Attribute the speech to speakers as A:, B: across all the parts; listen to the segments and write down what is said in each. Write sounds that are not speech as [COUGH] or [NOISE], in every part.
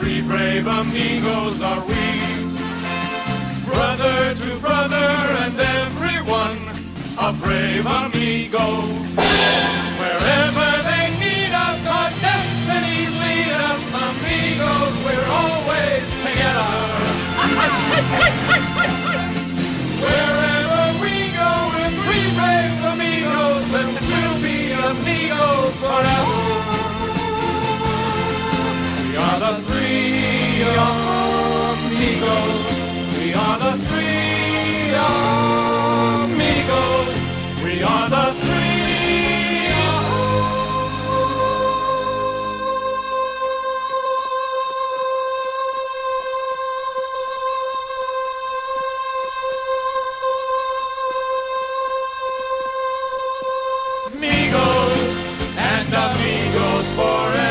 A: Three brave amigos are we. Brother to brother and everyone, a brave amigo. Wherever they need us, our destinies lead us. Amigos, we're always together. Wherever we go, we're three brave amigos, and we'll be amigos forever. We are the three amigos. We are the three amigos. We are the three amigos and amigos forever.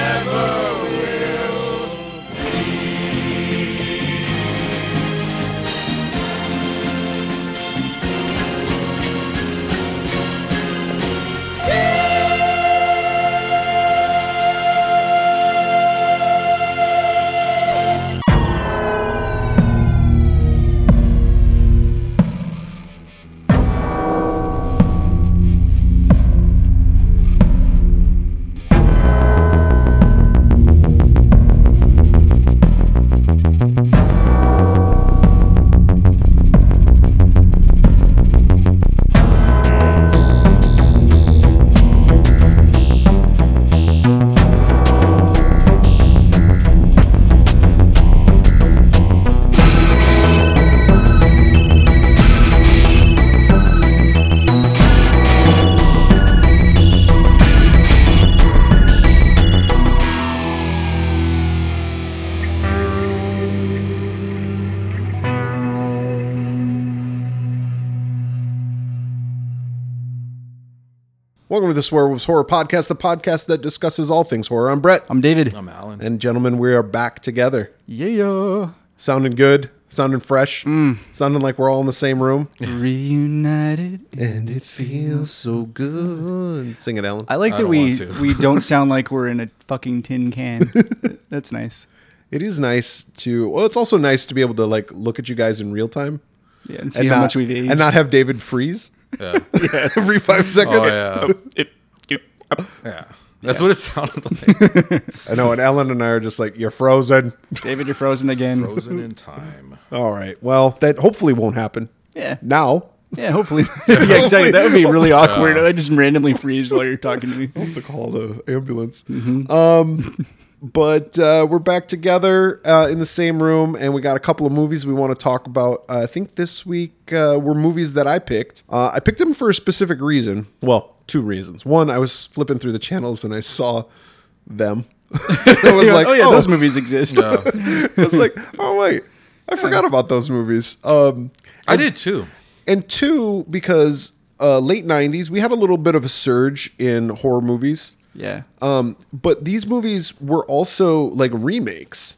B: Welcome to the Swear Wolves Horror Podcast, the podcast that discusses all things horror. I'm Brett.
C: I'm David.
A: I'm Alan.
B: and gentlemen, we are back together.
A: [LAUGHS]
C: yeah.
B: Sounding good, sounding fresh, sounding like we're all in the same room.
C: Reunited.
B: And it feels so good. Sing it, Alan.
C: I like
A: I
C: that
A: don't
C: we
A: want to.
C: we
A: [LAUGHS]
C: don't sound like we're in a fucking tin can. That's nice.
B: it is nice to, well, it's also nice to be able to like look at you guys in real time
C: Yeah, and see
B: and,
C: how
B: not,
C: much we've aged.
B: and not have David freeze [LAUGHS]
A: Yeah.
B: every five seconds.
A: Oh, yeah. yeah. That's what it sounded like.
B: I know. And Ellen and I are just like, you're frozen. [LAUGHS]
C: David, you're frozen again.
A: Frozen in time.
B: all right. Well, that hopefully won't happen
A: [LAUGHS]
C: Yeah.
B: now.
C: Yeah, hopefully. yeah, exactly. That would be really awkward. I just randomly freeze while you're talking
A: [LAUGHS]
C: to me.
B: to call the ambulance.
C: Mm-hmm.
B: Um, but uh, we're back together uh, in the same room, and we got a couple of movies we want to talk about. Uh, I think this week uh, were movies that I picked. Uh, I picked them for a specific reason. Well, two reasons. One, I was flipping through the channels and I saw them. [LAUGHS] I was like,
C: oh, yeah,
B: oh.
C: [LAUGHS] those movies exist.
B: I was
C: [LAUGHS]
B: like, oh wait, I forgot about those movies. Um,
A: I did too.
B: and two, because uh, late '90s, we had a little bit of a surge in horror movies.
C: Yeah.
B: Um, but these movies were also like remakes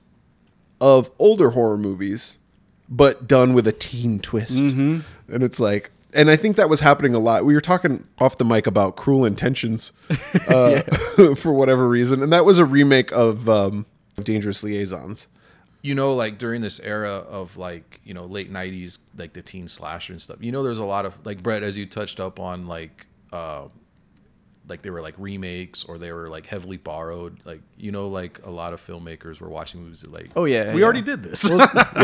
B: of older horror movies, but done with a teen twist.
A: Mm-hmm.
B: And it's like, and I think that was happening a lot. We were talking off the mic about Cruel
A: [LAUGHS]
B: Intentions uh, [LAUGHS] for whatever reason, and that was a remake of um, Dangerous Liaisons.
A: You know, like during this era of like, you know, late 90s, like the teen slasher and stuff, you know, there's a lot of, like, Brett, as you touched up on, like, uh, like they were like remakes or they were like heavily borrowed. Like, you know, like a lot of filmmakers were watching movies that, like,
C: Oh, yeah,
A: Um, we
C: yeah.
A: already did this.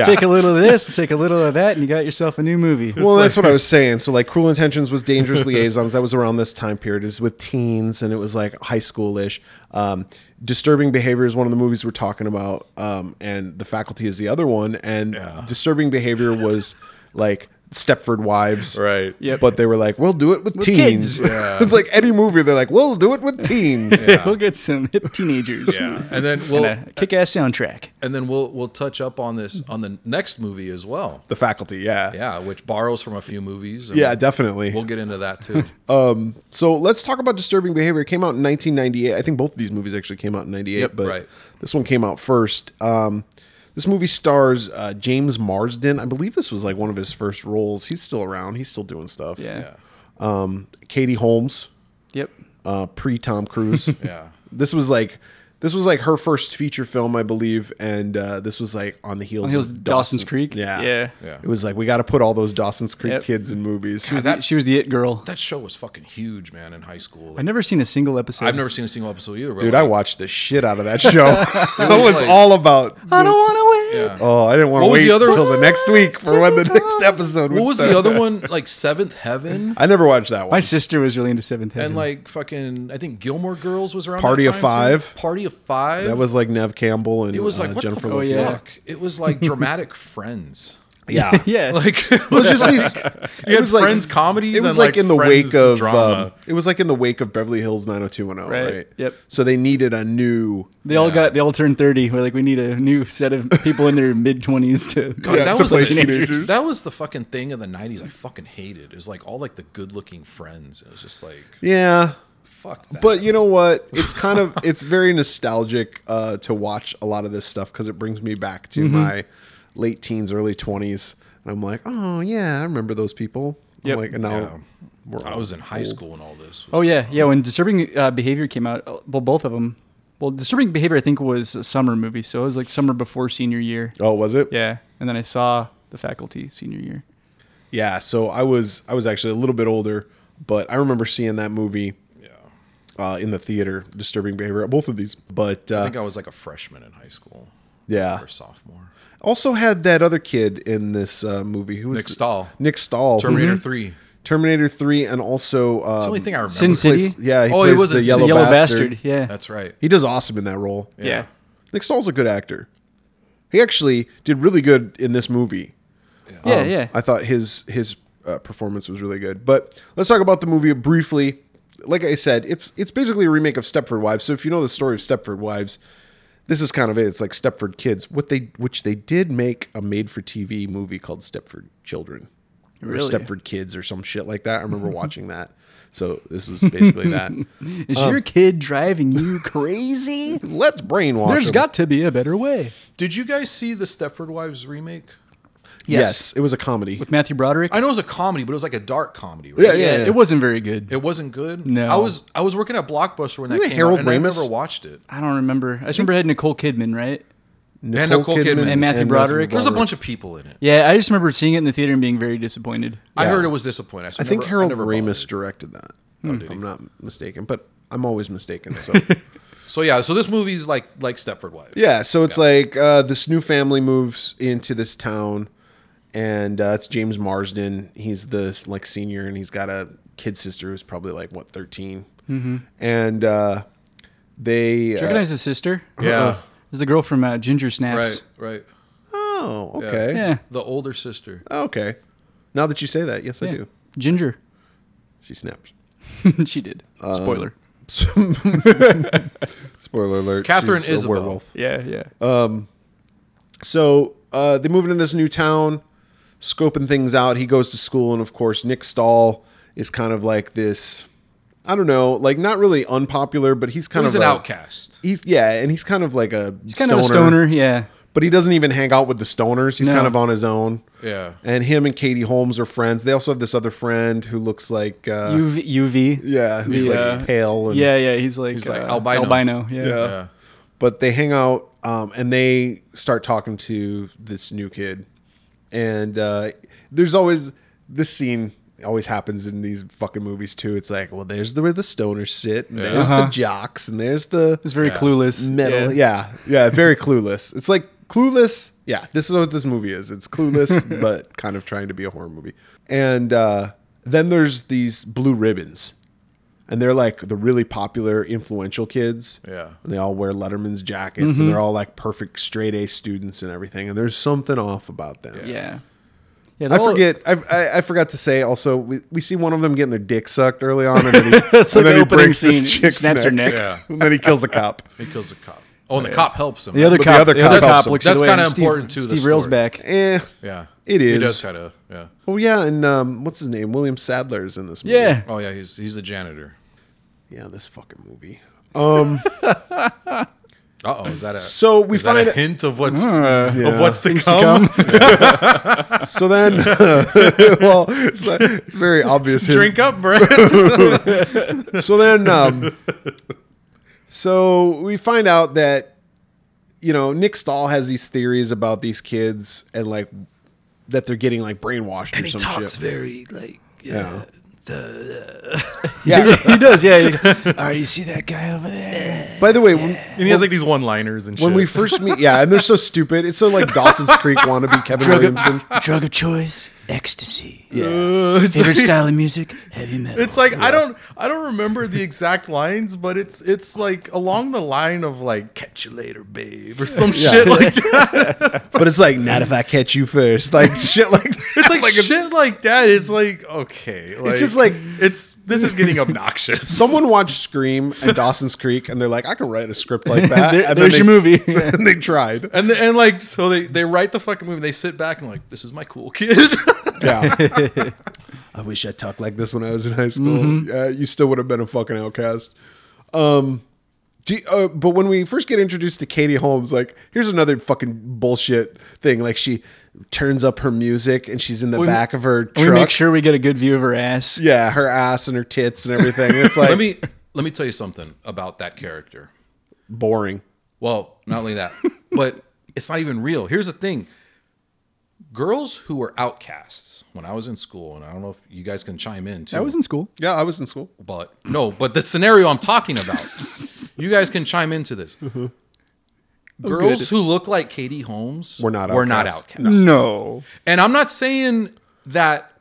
C: Take a little of this, take a little of that, and you got yourself a new movie.
B: Well, that's what I was saying. So, like, Cruel Intentions was Dangerous Liaisons. That was around this time period. It was with teens, and it was like high schoolish. Um, Disturbing Behavior is one of the movies we're talking about, um, and The Faculty is the other one. And Disturbing Behavior was like Stepford Wives,
A: Right.
C: Yep.
B: But they were like, "We'll do it with, teens."
C: kids.
B: [LAUGHS] it's like any movie. They're like, "We'll do it with [LAUGHS] teens."
C: [LAUGHS] we'll get some hip
B: [LAUGHS]
C: teenagers.
A: yeah. And then
C: And
A: we'll,
C: a kick ass soundtrack.
A: and then we'll, we'll touch up on this on the next movie as well.
B: The Faculty, yeah,
A: Yeah. Which borrows from a few movies. and
B: yeah, definitely. Oh.
A: We'll get into that
B: [LAUGHS]
A: too.
B: So let's talk about Disturbing Behavior. It came out in 1998. I think both of these movies actually came out in 98, but
A: right.
B: this one came out first. Um, this movie stars uh, James Marsden. I believe this was like one of his first roles. He's still around. He's still doing stuff.
C: Yeah.
A: yeah.
B: Katie Holmes,
C: Yep.
B: uh, pre Tom Cruise.
C: [LAUGHS]
A: Yeah.
B: This was like This was like her first feature film, I believe, and uh, this was like on the heels
C: the heels
B: of
C: of Dawson's
B: Dawson-
C: Creek?
B: Yeah,
C: Yeah.
A: Yeah.
B: It was like we got to put all those Dawson's Creek
C: Yep.
B: kids in movies.
C: She was, the, she was the it girl.
A: That show was fucking huge, man, in high school.
C: I've never seen a single episode.
A: I've never seen a single episode
B: [LAUGHS]
A: either.
B: Dude, I watched the shit out of that
C: [LAUGHS]
B: show. [LAUGHS] it was, all about.
C: I don't want to wait.
A: Yeah.
B: Oh, I didn't want to
A: What was
B: wait
A: the other
B: until
A: one?
B: the next week for when the next [LAUGHS] episode.
A: What
B: would
A: was
B: start.
A: the other one? Like Seventh Heaven
B: I never watched that
C: My
B: one.
C: sister was really into Seventh Heaven.
A: and like fucking. I think Gilmore Girls was around.
B: Party
A: that
B: of
A: time, too.
B: Five?
A: Party of
B: [LAUGHS]
A: Five.
B: That was like Nev Campbell and
A: It was like
B: uh,
A: what
B: Jennifer.
A: the
C: Oh,
A: fuck?
B: Lopez.
C: yeah.
A: It was like dramatic Friends. [LAUGHS]
B: yeah,
C: [LAUGHS] yeah.
A: Like [LAUGHS]
B: It was just these.
A: You
B: it
A: had
B: was like
A: Friends comedies
B: It was
A: and,
B: like,
A: like,
B: in the
A: Friends
B: wake of
A: drama.
B: um, it was like in the wake of Beverly Hills 90210, right?
C: Right, yep.
B: So they needed a new.
C: they all got they all turned 30. We're like we need a new set of people in their mid 20s to
A: [LAUGHS] God,
B: Yeah,
A: that
B: to
A: was
B: play
A: the,
B: teenagers.
A: That was the fucking thing of the '90s. I fucking hated. It was like all like the good-looking friends. It was just like
B: Yeah.
A: fuck. That.
B: But you know what? It's kind of it's very nostalgic uh, to watch a lot of this stuff because it brings me back to
A: Mm-hmm.
B: my late teens, early twenties, and I'm like, oh yeah, I remember those people. I'm
C: Yep.
B: like, and now
A: Yeah.
B: we're
A: I was in high
B: old.
A: school when all this. Was
C: Oh yeah, yeah. When Disturbing uh, Behavior came out, uh, well, both of them. Well, Disturbing Behavior, I think, was a summer movie, so it was like summer before senior year.
B: Oh, was it?
C: Yeah, and then I saw The Faculty senior year.
B: Yeah. So I was I was actually a little bit older, but I remember seeing that movie
A: Yeah.
B: uh, in the theater. Disturbing behavior. Both of these, but
A: I
B: uh,
A: think I was like a freshman in high school
B: yeah.
A: or sophomore.
B: Also had that other kid in this uh, movie who was
A: Nick
B: the-
A: Stahl.
B: Nick Stahl.
A: Terminator Three.
B: Terminator Three, and also Oh, mm-hmm. um,
A: It's the only thing I remember.
C: Sin City.
B: plays- yeah, he
A: Oh, he
B: plays
A: was
B: the
A: in
B: yellow,
C: The Yellow
B: bastard.
C: Bastard. Yeah.
A: That's right.
B: He does awesome in that role.
C: yeah.
B: Nick Stahl's a good actor. He actually did really good in this movie.
C: Yeah,
B: Um,
C: yeah.
B: I thought his his uh, performance was really good. But let's talk about the movie briefly. Like I said, it's it's basically a remake of Stepford Wives. So if you know the story of Stepford Wives, this is kind of it. It's like Stepford Kids, what they which they did make a made for TV movie called Stepford Children or
C: Really?
B: Stepford Kids or some shit like that. I
C: [LAUGHS]
B: remember watching that. So this was basically that.
C: Is your
A: um,
C: kid driving you
A: [LAUGHS]
C: crazy?
B: Let's brainwash.
C: There's
B: them.
C: got to be a better way.
A: Did you guys see the Stepford Wives remake?
B: yes.
C: Yes.
B: it was a comedy.
C: With Matthew Broderick.
A: I know it was a comedy, but it was like a dark comedy. Right?
B: Yeah, yeah, yeah.
C: It wasn't very good.
A: It wasn't good.
C: No.
A: I was I was working at Blockbuster when that
B: Wasn't it
A: came
B: Harold
A: out, and
B: Ramis?
A: I never watched it.
C: I don't remember. I just remember it had Nicole Kidman, right?
A: And Nicole Kidman. And
C: Matthew Broderick.
A: There's a bunch of people in it.
C: Yeah, I just remember seeing it in the theater and being very disappointed.
A: I
B: Yeah.
A: heard it was disappointing.
B: I
A: so
B: think
A: never-
B: Harold
A: never
B: Ramis
A: bothered.
B: directed that, if I'm not mistaken. But I'm always mistaken.
C: [LAUGHS]
B: So
A: So yeah, so this movie's like like Stepford Wives.
B: yeah, so it's like uh, this new family moves into this town, and uh, it's James Marsden. He's this like senior, and he's got a kid sister who's probably like what 13, and uh, they. uh,
C: Do you recognize his sister? It
A: Yeah.
B: Uh-huh.
C: was the girl from uh, Ginger Snaps.
A: Right. Right.
B: oh, okay,
C: Yeah.
A: The older sister.
B: okay. Now that you say that, yes, I
C: Yeah.
B: do.
C: Ginger. [LAUGHS]
B: She snaps.
C: she did.
B: Um,
C: Spoiler.
A: [LAUGHS]
B: Spoiler alert.
A: Catherine
B: she's a
A: Isabel.
C: Yeah, yeah.
B: uh, So uh, they move into this new town, scoping things out. He goes to school, and of course, Nick Stahl is kind of like this. I don't know, like not really unpopular, but he's kind
A: He's
B: of
A: an
B: a-
A: outcast.
B: He's yeah, and he's kind of like a
C: He's kind of a stoner, yeah.
B: but he doesn't even hang out with the stoners. He's
C: No.
B: kind of on his own.
A: Yeah.
B: And him and Katie Holmes are friends. They also have this other friend who looks like uh,
C: UV. UV.
B: yeah, who's
C: Yeah.
B: like pale. And,
C: yeah, yeah. He's like,
A: He's like
C: uh,
A: albino.
C: Albino, yeah.
B: Yeah.
A: Yeah.
B: but they hang out um, and they start talking to this new kid and uh, there's always this scene always happens in these fucking movies too it's like well there's the where the stoners sit and there's the
C: Uh-huh.
B: jocks and there's the
C: It's very clueless.
B: metal
C: Yeah.
B: yeah. yeah very clueless it's like clueless yeah this is what this movie is it's clueless but kind of trying to be a horror movie and uh, then there's these blue ribbons and they're like the really popular influential kids
A: Yeah.
B: and they all wear letterman's jackets and they're all like perfect straight a students and everything and there's something off about them
C: Yeah. Yeah,
B: I
C: they're all-
B: forget. I, I I forgot to say. Also, we, we see one of them getting their dick sucked early on, and then
C: [LAUGHS]
B: he,
C: That's
B: and then
C: like
B: he
C: the opening
B: breaks
C: scene.
B: this
C: He
B: chick's
C: snaps her
B: neck,
C: neck.
A: Yeah.
B: and then he kills a cop.
A: He kills a cop. Oh, and the cop helps him.
C: The other
B: the
C: cop,
B: other
C: the other
B: cop
C: cop
B: also-
C: looks
A: That's
C: away and
A: kinda
C: Steve-
A: important to the
C: Steve Rail's
A: story.
C: back.
B: Eh.
A: Yeah.
B: It is.
A: He does kind of. Yeah.
B: Oh yeah, and um, what's his name? William Sadler's in this movie.
C: Yeah.
A: Oh yeah. He's he's the janitor.
B: yeah, this fucking movie.
A: Uh oh. Is that a
B: So we
A: is that
B: find Uh,
A: a hint of what's
B: yeah.
A: of what's to
C: Things
A: come? [LAUGHS]
C: to come.
B: So then, [LAUGHS] well, it's, like, it's [LAUGHS] very obvious. hint.
A: Drink up, bro.
B: So then, um, So we find out that, you know, Nick Stahl has these theories about these kids and like that they're getting like brainwashed or
A: he
B: some
A: talks
B: shit.
A: very like
B: Yeah.
C: Yeah, [LAUGHS]
B: yeah.
C: he does. Yeah. All right, you see that guy over there?
B: By the way, when,
A: And he has like these one-liners and shit.
B: when we first meet, yeah, and they're so stupid. It's so like Dawson's Creek wannabe Kevin
C: Drug
B: Williamson.
C: of, [LAUGHS] drug of choice, ecstasy.
A: Uh, [LAUGHS] it's
C: Favorite
A: like,
C: style of music, heavy metal.
A: it's like I don't I don't remember the exact lines, but it's it's like along the line of like catch you later, babe, or some [LAUGHS] shit like that.
B: But it's like not if I catch you first, like shit, like
A: It's like, shit like that. It's like okay, like,
B: just like-
A: it's this is getting [LAUGHS] obnoxious.
B: Someone watched Scream and Dawson's Creek, and they're like, I can write a script
C: [LAUGHS]
B: like [LAUGHS] that.
C: There-
B: and then
C: there's
B: they-
C: your movie.
B: [LAUGHS] and they tried.
A: And the, and like so they they write the fucking movie. They sit back and like this is my cool kid. [LAUGHS]
B: Yeah.
C: [LAUGHS]
B: I wish I talked like this when I was in high school.
C: Mm-hmm.
B: Uh, you still would have been a fucking outcast. Um, do you- uh, but when we first get introduced to Katie Holmes, like, here's another fucking bullshit thing. Like, she turns up her music and she's in the back of her
C: we
B: truck.
C: make sure we get a good view of her ass.
B: yeah, her ass and her tits and everything.
C: [LAUGHS]
B: It's like
A: let me let me tell you something about that character.
B: boring.
A: Well, not
B: [LAUGHS]
A: only that, but it's not even real. Here's the thing. Girls who were outcasts when I was in school, and I don't know if you guys can chime in too.
C: I was in school.
B: Yeah, I was in school.
A: but no, but the scenario I'm talking
B: [LAUGHS]
A: about, you guys can chime into this. Girls who look like Katie Holmes
B: Were not
A: were not
B: outcasts.
A: outcasts.
C: No.
A: And I'm not saying that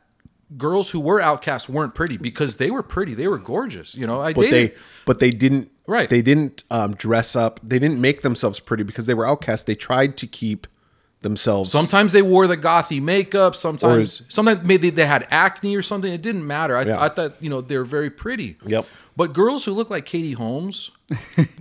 A: girls who were outcasts weren't pretty because they were pretty. They were gorgeous. You know, I
B: But
A: dated.
B: they, but they didn't.
A: Right.
B: They didn't um, dress up. They didn't make themselves pretty because they were outcasts. They tried to keep themselves.
A: sometimes they wore the gothy makeup. Sometimes, sometimes maybe they had acne or something. It didn't matter. I,
B: Yeah.
A: I thought you know they were very pretty.
B: Yep.
A: But girls who look like Katie Holmes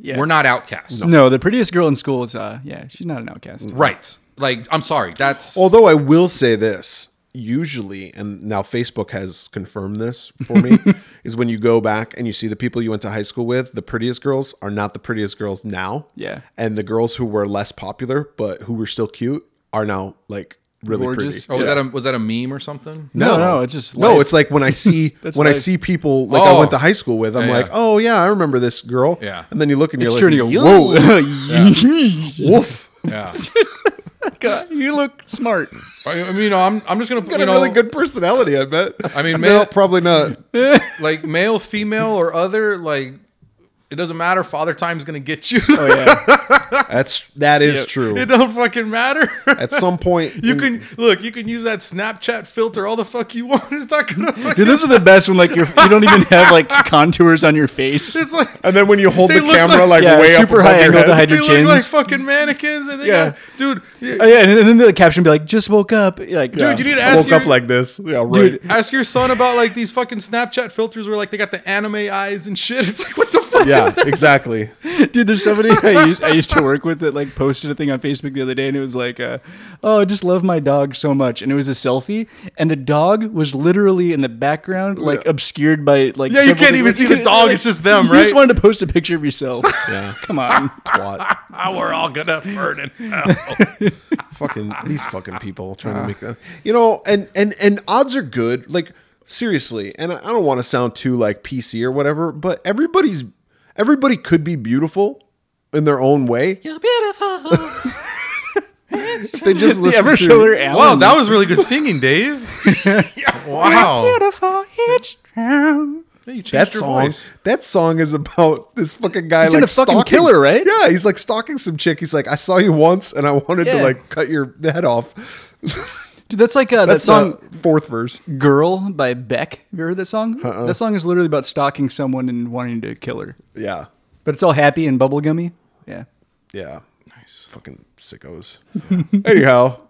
C: Yeah.
A: were not outcasts.
C: No, the prettiest girl in school is uh yeah, she's not an outcast.
A: Right. Like I'm sorry. That's
B: Although I will say this, usually, and now Facebook has confirmed this for me, is when you go back and you see the people you went to high school with, the prettiest girls are not the prettiest girls now.
C: Yeah.
B: And the girls who were less popular but who were still cute are now like really
C: Gorgeous.
B: pretty.
A: oh, was that a was that a meme or something?
C: No, no, it's just
B: no.
C: life. [LAUGHS]
B: It's like when I
A: [LAUGHS]
B: see when I
C: life.
B: see people like I
A: Oh.
B: went to high school with, I'm
A: Yeah,
B: like,
A: yeah.
B: oh yeah, I remember this girl.
A: Yeah.
B: and then you look and
C: It's
B: you're
C: true to
B: like,
C: go,
B: whoa, [LAUGHS]
C: whoa.
B: woof.
A: Yeah.
C: God, you look smart.
A: I, I mean, you know, I'm I'm just gonna
B: Got
A: you
B: a
A: know,
B: really good personality, I bet. [LAUGHS]
A: I mean,
B: no,
A: man-
B: probably not.
A: like male, female, or other like. It doesn't matter. Father time's gonna get you.
C: Oh yeah.
B: That's that is true.
A: [LAUGHS] It don't fucking matter.
B: At some point,
A: [LAUGHS] You
B: in-
A: can look. You can use that Snapchat filter all the fuck you want. [LAUGHS] It's not
B: [LAUGHS]
A: gonna. Fucking,
C: Dude, those are the best when like you're, you don't even have like contours on your face.
A: it's like
B: And then when you hold
A: They
B: the
A: look
B: camera like,
A: like-
C: Yeah,
B: way
C: super
B: up above
C: high
B: your
C: angle
B: head,
C: to hide
A: they
C: your
A: look
C: chins.
A: like fucking mannequins, and they
C: Yeah.
A: got dude. you-
C: Oh, yeah, and then the caption would be like, "Just woke up." Like,
A: Dude, you need to
B: I
A: ask
B: woke
A: your,
B: up like this. Yeah, right.
C: Dude,
A: ask your son about like these fucking Snapchat filters where like they got the anime eyes and shit. [LAUGHS] It's like what the fuck?
B: yeah,
A: [LAUGHS]
B: exactly.
C: Dude, there's somebody I used I used to work with that like posted a thing on Facebook the other day, and it was like, uh, "Oh, I just love my dog so much," and it was a selfie, and the dog was literally in the background, like obscured by like.
A: Yeah, you
C: several
A: can't
C: things.
A: even see
C: [LAUGHS]
A: the dog, it's just them,
C: You just
A: right?
C: wanted to post a picture of yourself.
B: Yeah,
C: [LAUGHS] Come on,
B: twat.
A: Ah, we're all gonna burn it.
B: fucking these fucking people trying
C: Uh.
B: to make that. You know, and and and odds are good. Like seriously, and I I don't want to sound too like PC or whatever, but everybody's everybody could be beautiful in their own way.
A: You're beautiful.
B: If [LAUGHS] They just
C: the
B: listen to
C: ever shower Allen.
A: Wow, that was really good singing, [LAUGHS] Dave. wow,
C: beautiful. It's true.
A: Hey, you changed
B: that
A: your
B: song.
A: voice.
B: That song is about this fucking guy
C: He's
B: like
C: in a fucking
B: stalking-
C: killer, right?
B: Yeah, he's like stalking some chick. He's like, I saw you once, and I wanted to
C: Yeah.
B: like cut your head off.
C: Dude, that's like uh, that
B: That's
C: song
B: on fourth verse.
C: "Girl" by Beck. Have you heard that song?
B: Uh-uh.
C: That song is literally about stalking someone and wanting to kill her,
B: Yeah,
C: but it's all happy and bubblegummy. Yeah.
B: yeah. Nice. Fucking sickos. [LAUGHS] Anyhow,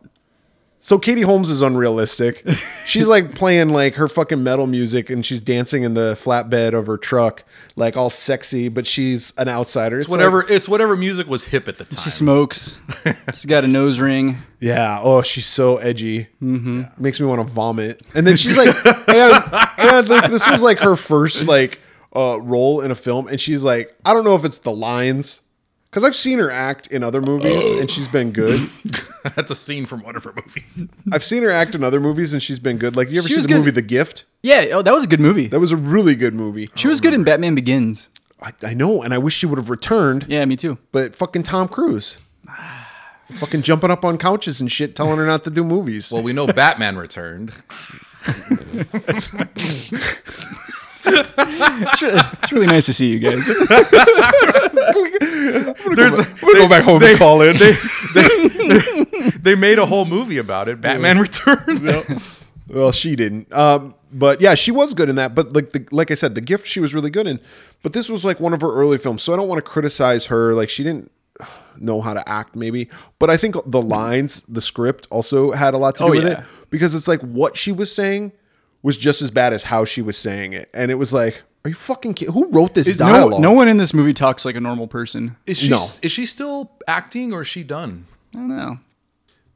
B: so Katie Holmes is [LAUGHS] unrealistic. She's like playing like her fucking metal music, and she's dancing in the flatbed of her truck, like all sexy. But she's an outsider. It's
A: Whatever.
B: like-
A: it's whatever music was hip at the time.
B: [LAUGHS]
C: She smokes. She's got a nose ring.
B: yeah. Oh, she's so edgy. Mm-hmm. Makes me want to vomit. And then she's [LAUGHS] like, and, and like this was like her first like uh, role in a film, and she's like, I don't know if it's the lines. Because I've seen her act in other movies and she's been good.
A: That's a scene from one of her movies.
B: I've seen her act in other movies and she's been good. Like you ever
C: She
B: seen
C: was
B: the
C: good-
B: movie The Gift?
C: Yeah, oh, that was a good movie.
B: That was a really good movie.
C: She was good in Batman Begins.
B: I, I know, and I wish she would have returned.
C: Yeah,
B: [LAUGHS]
C: me too.
B: But fucking Tom Cruise, fucking jumping up on couches and shit, telling her not to do movies.
A: [LAUGHS] Well, we know Batman returned.
C: It's, re- it's really nice to see
B: [LAUGHS]
C: you guys.
A: There's a,
B: I'm gonna go back home and call in.
A: [LAUGHS] they made a whole movie about it. Batman [LAUGHS] returned.
B: well, she didn't. Um, but yeah, she was good in that. But like, the, like I said, the gift she was really good in. But this was like one of her early films, so I don't want to criticize her. Like she didn't [SIGHS] know how to act, maybe. But I think the lines, the script, also had a lot to do
C: Oh,
B: with
C: yeah.
B: it because it's like what she was saying was just as bad as how she was saying it, and it was like, are you fucking kidding? Who wrote this
C: No,
B: dialogue?
C: no one in this movie talks like a normal person.
A: Is she
B: No.
A: is she still acting or is she done?
C: I don't know.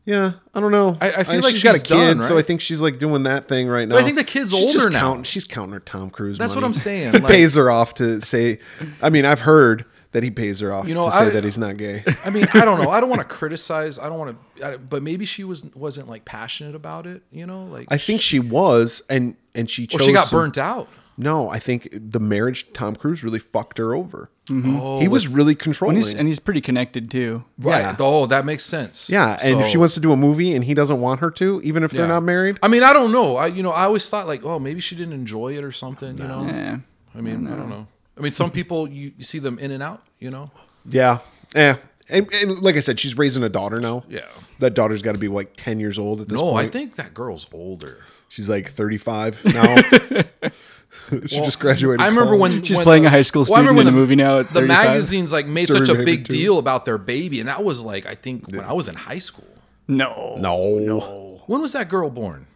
B: Yeah, I don't know.
A: I- I feel like
B: she's got a
A: she's
B: kid,
A: done,
B: so I
A: right?
B: think she's like doing that thing right now.
A: I think the kid's
B: she's just
A: older now.
B: Counting, she's counting her Tom Cruise.
A: That's what
B: money.
A: I'm saying,
B: [LAUGHS] he
A: like-
B: pays her off to say. I mean, I've heard that he pays her off
A: You know,
B: to say
A: I-
B: that he's not gay.
A: I mean, I don't know. I don't
B: [LAUGHS]
A: want to criticize. I don't want to, but maybe she was wasn't like passionate about it. You know, like
B: I think she was, and and she
A: or
B: chose.
A: she got
B: some-
A: burnt out.
B: No, I think the marriage to Tom Cruise really fucked her over.
A: Oh,
B: he was really controlling.
C: And Mm-hmm. he's, and he's pretty connected too.
A: right.
B: yeah.
A: Oh, that makes sense.
B: yeah, and if she
A: So-
B: wants to do a movie and he doesn't want her to, even if they're
A: yeah.
B: not married,
A: I mean, I don't know. I you know, I always thought like, oh, maybe she didn't enjoy it or something. You know,
C: Yeah.
A: I mean, I don't know. I mean, some people you, you see them in and out. You know,
B: yeah, eh. And, and like I said, she's raising a daughter now.
A: Yeah.
B: that daughter's got to be like ten years old at this
A: no,
B: point.
A: Oh, I think that girl's older.
B: She's like 35
A: [LAUGHS]
B: now. [LAUGHS] she just graduated.
A: I remember
B: college.
A: when
C: She's
A: when
C: playing
A: the-
C: a high school
A: well, I
C: student
A: remember
C: in
A: when
C: the movie now at
A: the
C: 35.
A: magazines like made
B: Story
A: such a
B: Baby
A: big
B: too.
A: deal about their baby, and that was like I think when I was in high school.
C: No.
B: No.
A: When was that girl born?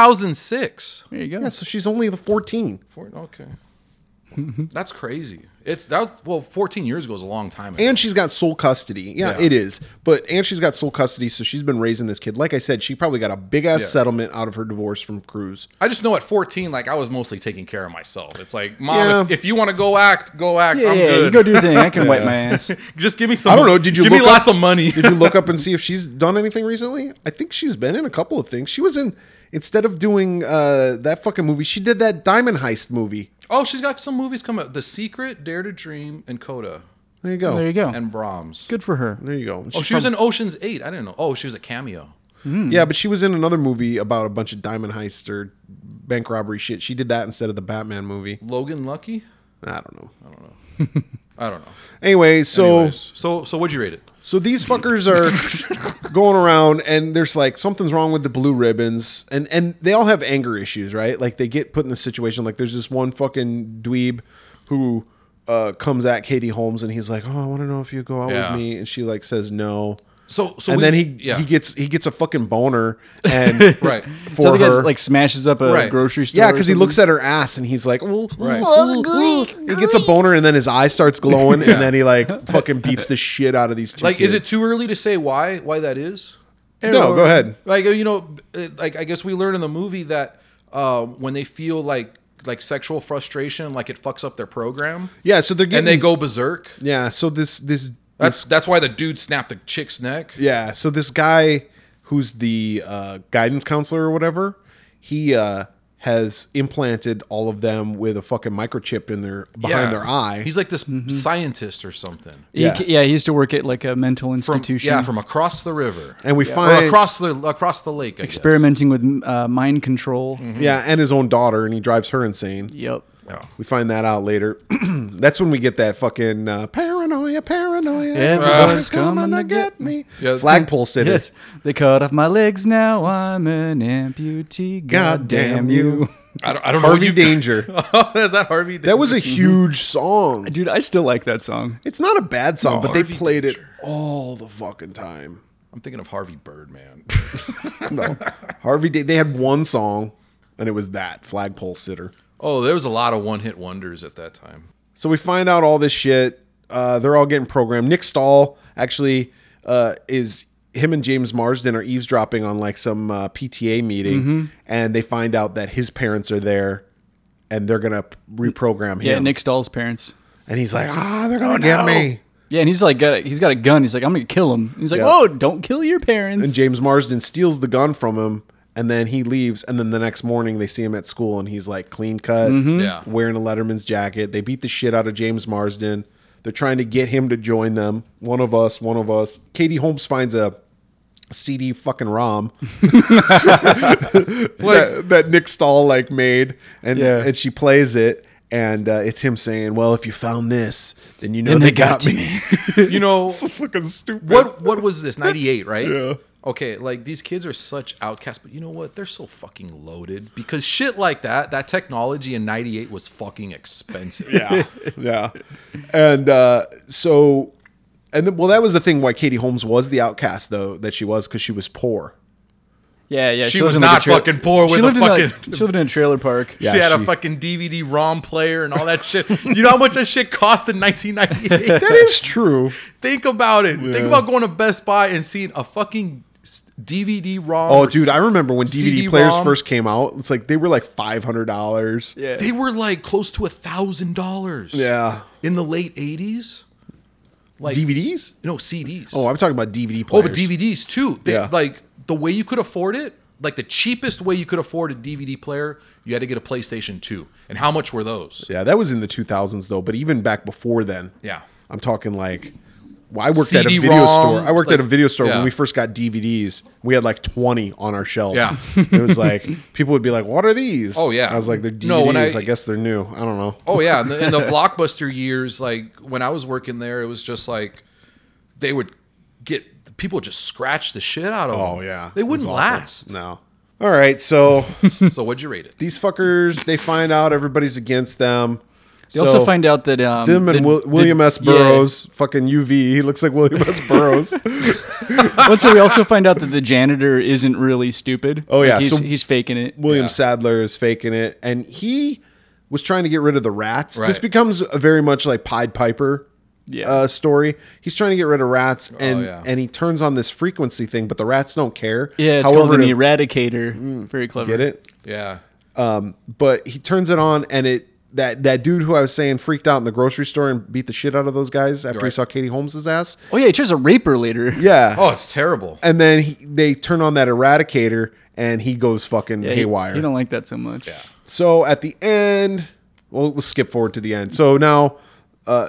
A: 2006.
C: There you go.
B: Yeah, so she's only the 14.
A: Four,
B: [LAUGHS]
A: okay. That's crazy. It's that well, 14 years ago is a long time. ago.
B: And she's got sole custody. Yeah,
A: Yeah.
B: it is. But and she's got sole custody, so she's been raising this kid. Like I said, she probably got a big ass
A: Yeah.
B: settlement out of her divorce from Cruz.
A: I just know at 14, like I was mostly taking care of myself. It's like, mom,
B: Yeah.
A: if, if you want to go act, go act.
C: Yeah,
A: I'm
C: yeah,
A: good.
C: you go do your
B: [LAUGHS]
C: thing. I can wipe my ass.
A: [LAUGHS] just give me some.
B: I don't know, did you
A: give me
B: look up-
A: lots of money?
B: Did you look up and see if she's done anything recently? I think she's been in a couple of things. She was in instead of doing uh, that fucking movie, she did that diamond heist movie.
A: [LAUGHS] oh, she's got some movies coming up: The Secret, Dare to Dream, and Coda,
B: There you go.
C: There you go.
A: and Brahms.
C: Good for her.
B: There you go.
A: Oh, she was hmm. in Ocean's Eight. I didn't know. Oh, she was a cameo.
B: Yeah, but she was in another movie about a bunch of diamond heist or bank robbery shit. She did that instead of the Batman movie.
A: Logan Lucky.
B: I don't know.
A: I don't know.
B: Anyway, so
A: Anyways, so so what'd you rate it?
B: so these fuckers
A: [LAUGHS]
B: are going around and there's like something's wrong with the blue ribbons and and they all have anger issues, right? Like they get put in this situation like there's this one fucking dweeb who uh, comes at Katie Holmes and he's like, "Oh, I want to know if you go out
A: Yeah.
B: with me," and she like says no.
A: So so
B: and
A: we-
B: then he
A: yeah
B: he gets he gets a fucking
A: [LAUGHS]
B: boner and [LAUGHS]
A: right. [LAUGHS]
B: for
C: so the guy
B: her
C: like smashes up a
A: Right.
C: grocery store.
B: Yeah,
C: or
B: because he
C: something?
B: looks at her ass and he's like, "Ooh,
A: Right.
B: ooh, ooh, ooh." he gets a boner and then his eye starts glowing
A: [LAUGHS]
B: and then he like fucking beats the shit out of these two.
A: Like, is it
B: kids.
A: too early to say why why that is?
B: No, go ahead.
A: Like you know, uh, like I guess we learn in the movie that um, when they feel like like sexual frustration, like it fucks up their program,
B: Yeah, so they're getting
A: and they go berserk.
B: Yeah, so this this
A: That's that's why the dude snapped the chick's neck.
B: yeah, so this guy who's the uh, guidance counselor or whatever, he uh, has implanted all of them with a fucking microchip in their behind their eye.
A: He's like this
B: Mm-hmm.
A: scientist or something.
C: He,
B: Yeah.
C: yeah. yeah, he used to work at like a mental
A: From,
C: institution.
A: yeah, from across the river
B: and we
A: or
B: find
A: across the across the lake. I guess.
C: experimenting with uh, mind control.
A: Mm-hmm.
B: yeah,
A: "Hmm."
B: and his own daughter, and he drives her insane.
C: Yep.
A: Yeah.
B: We find that out later. [CLEARS THROAT] That's when we get that fucking uh, paranoia, paranoia.
C: Everybody's
B: everybody's coming to
C: coming to
B: get me.
A: Yeah.
B: Flagpole sitter.
C: Yes. They cut off my legs. Now I'm an amputee. God, damn you.
A: I don't, I don't know. what
B: Harvey
A: you-
B: Danger.
A: [LAUGHS] is that Harvey?
B: That was a
A: [LAUGHS]
B: huge song.
C: Dude, I still like that song.
B: It's not a bad song, but they
A: Harvey
B: played
A: Danger.
B: it all the fucking time.
A: I'm thinking of Harvey Birdman.
B: No. Harvey, da- they had one song, and it was that flagpole sitter.
A: oh, there was a lot of one hit wonders at that time.
B: So we find out all this shit. Uh, they're all getting programmed. Nick Stahl actually uh, is him and James Marsden are eavesdropping on like some uh, PTA meeting,
C: Mm-hmm.
B: and they find out that his parents are there, and they're gonna p- reprogram him.
C: Yeah, Nick Oh, Stahl's parents.
B: and he's like, ah, they're gonna get me.
C: Yeah, and he's like, got a, he's got a gun. He's like, I'm gonna kill him. He's like,
B: Yeah.
C: whoa, don't kill your parents.
B: And James Marsden steals the gun from him, and then he leaves and then the next morning they see him at school and he's like clean cut
A: Yeah.
B: wearing a letterman's jacket they beat the shit out of james marsden they're trying to get him to join them one of us one of us katie holmes finds a cd fucking [LAUGHS] rom that, that nick stahl like made and
C: Yeah.
B: and she plays it and uh, it's him saying well if you found this then you know they, got, me, [LAUGHS]
A: You know,
B: fucking stupid
A: what what was
B: [LAUGHS]
A: this? 98, right? yeah. Okay, like these kids are such outcasts, but you know what? They're so fucking loaded because shit like that, that technology in 98 was fucking expensive.
B: yeah, yeah. And uh, so, and then, well, that was the thing why Katie Holmes was the outcast, though, that she was because she was poor.
C: [LAUGHS] Yeah, yeah.
A: She
C: lived
A: was
C: in, like, a
A: not fucking poor
C: She
A: with a
C: lived in, like-
A: fucking-
C: she lived in a trailer park.
B: Yeah.
A: she had
B: she-
A: a fucking DVD ROM player and all that shit. You know how much that shit cost in
B: [LAUGHS]
A: 1998?
B: That is true.
A: Think about it. Think about going to Best Buy and seeing a fucking s- DVD ROM.
B: Oh,
A: or
B: dude, I remember when DVD players
A: CD-ROM.
B: first came out. It's like they were like five hundred dollars.
C: Yeah.
A: They were like close to a thousand dollars.
B: yeah.
A: In the late 80s, like
B: DVDs?
A: no CDs.
B: Oh, I'm talking about DVD
A: Oh,
B: players.
A: but DVDs too. They,
B: Yeah.
A: Like the way you could afford it, like the cheapest way you could afford a DVD player, you had to get a PlayStation 2. And how much were those?
B: Yeah, that was in the 2000s though. But even back before then,
A: Yeah.
B: I'm talking like. Well, I worked at a video
A: CD-ROM,
B: store. I worked
A: like-
B: at a video store
A: yeah.
B: when we first got DVDs. We had like 20 on our shelves.
A: Yeah.
B: [LAUGHS] it was like people would be like, "What are these?"
A: Oh, yeah.
B: I was like, "They're DVDs."
A: No, when
B: I,
A: I-
B: guess they're new. I don't know.
A: Oh yeah, in the, in the [LAUGHS] blockbuster years, like when I was working there, it was just like they would get people just scratch the shit out of them. they
B: Oh, It was
A: wouldn't
B: awful.
A: last.
B: No. All right, so
A: [LAUGHS]
B: [LAUGHS]
A: so what'd you rate it?
B: these fuckers, they find out everybody's against them.
C: They also find out that um,
B: them and
C: that-
B: Wil-
C: that-
B: William S.
C: yeah.
B: Burroughs, fucking UV. He looks like William S.
C: [LAUGHS]
B: Burroughs.
C: Well, so we also find out that the janitor isn't really stupid.
B: Oh, yeah,
C: Like, he's,
B: so-
C: he's faking it.
B: William Sadler is faking it, and he was trying to get rid of the rats. This
A: Right.
B: becomes a very much like Pied Piper
C: Yeah. Oh,
B: uh, story. He's trying to get rid of rats, and
A: yeah.
B: and he turns on this frequency thing, but the rats don't care.
C: yeah, it's
B: However,
C: called an
B: to Mm,
C: eradicator. Very clever.
B: get it,
A: Yeah,
B: but he turns it on, and it that that dude who I was saying freaked out in the grocery store and beat the shit out of those guys after he
A: Right.
B: saw Katie Holmes's ass.
C: Oh yeah, he tries to rape her later. [LAUGHS]
B: Yeah.
A: oh, it's terrible.
B: [LAUGHS] And then he, they turn on that eradicator, and he goes fucking
C: He-
B: haywire.
C: He don't like that so much. Yeah.
B: So at the end, well, we'll skip forward to the end. So now, uh,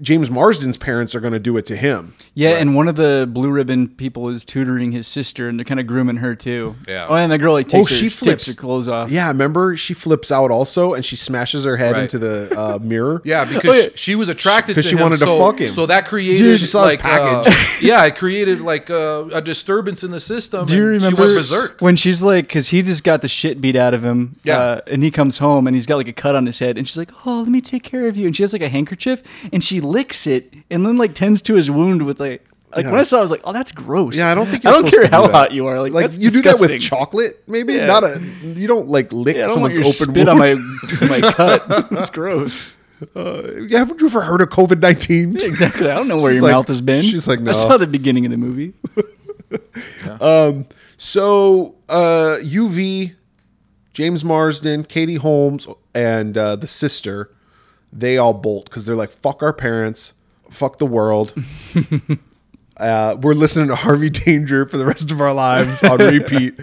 B: James Marsden's parents are going to do it to him.
C: and one of the blue ribbon people is tutoring his sister, and they're kind of grooming her too.
A: Yeah.
C: Oh, and the girl like takes her,
B: she
C: takes
B: flips.
C: her clothes off.
B: Yeah, remember she flips out also, and she smashes her head
A: Right.
B: into the uh, mirror.
A: Yeah, because
B: yeah.
A: she- she was attracted
B: 'Cause
A: to
B: she
A: him,
B: wanted to
A: so,
B: fuck him.
A: So that created
B: Dude, she saw his
A: like uh, [LAUGHS] yeah, it created like uh, a disturbance in the system.
C: Do you
A: and
C: remember
A: she went berserk?
C: when she's like, because he just got the shit beat out of him,
A: Yeah.
C: uh, and he comes home and he's got like a cut on his head, and she's like, "Oh, let me take care of you," and she has like a handkerchief, and she licks it, and then like tends to his wound with like, like when I saw, it, I was like, "Oh, that's gross."
B: Yeah, I don't think
C: I
B: you're
C: don't
B: supposed
C: care
B: to do
C: how
B: that.
C: hot you are, like,
B: Like
C: that's
B: you do that
C: disgusting.
B: with chocolate, maybe
C: Yeah.
B: not a. You don't like lick
C: Yeah, I don't want
B: someone's
C: your
B: open
C: spit
B: wound.
C: on my [LAUGHS] my cut. It's gross.
B: [LAUGHS]
C: [LAUGHS]
B: Yeah, Haven't you ever heard of COVID nineteen?
C: Exactly. I don't know where
B: She's
C: your
B: like-
C: mouth has been.
B: she's like, "No."
C: I saw the beginning of the movie.
B: So uh, UV, James Marsden, Katie Holmes, and uh, the sister, they all bolt because they're like, "Fuck our parents, fuck the
C: [LAUGHS]
B: world." uh, we're listening to Harvey Danger for the rest of our lives
C: [LAUGHS]
B: on repeat,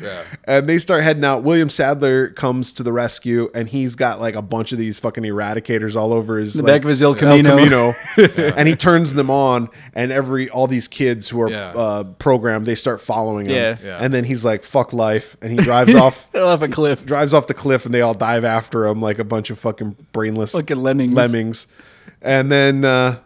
B: and they start heading out. William Sadler comes to the rescue, and he's got like a bunch of these fucking eradicators all over his
C: The
B: like,
C: back of his El
B: El
C: Camino. [LAUGHS]
B: Camino, and he turns them on, and every all these kids who are
A: Yeah.
B: uh, programmed, they start following him.
C: Yeah.
A: Yeah.
B: And then he's like, "Fuck life," and he
A: [LAUGHS]
B: drives off,
C: Off a cliff.
B: drives off the cliff, and they all dive after him like a bunch of fucking brainless
C: Fucking lemmings.
B: lemmings. And then uh,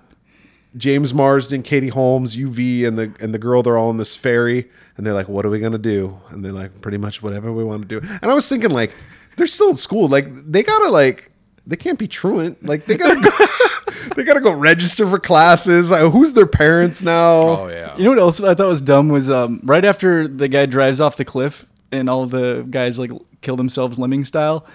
B: James Marsden, Katie Holmes, UV, and the and the girl, they're all in this ferry, and they're like, "What are we gonna do?" And they're like, "Pretty much whatever we want to do." And I was thinking, like, they're still in school, like they gotta like. They can't be truant. Like they gotta, go, [LAUGHS] they gotta go register for classes. Uh, who's their parents now?
A: oh yeah,
C: You know what else I thought was dumb was um, right after the guy drives off the cliff and all the guys like kill themselves lemming style.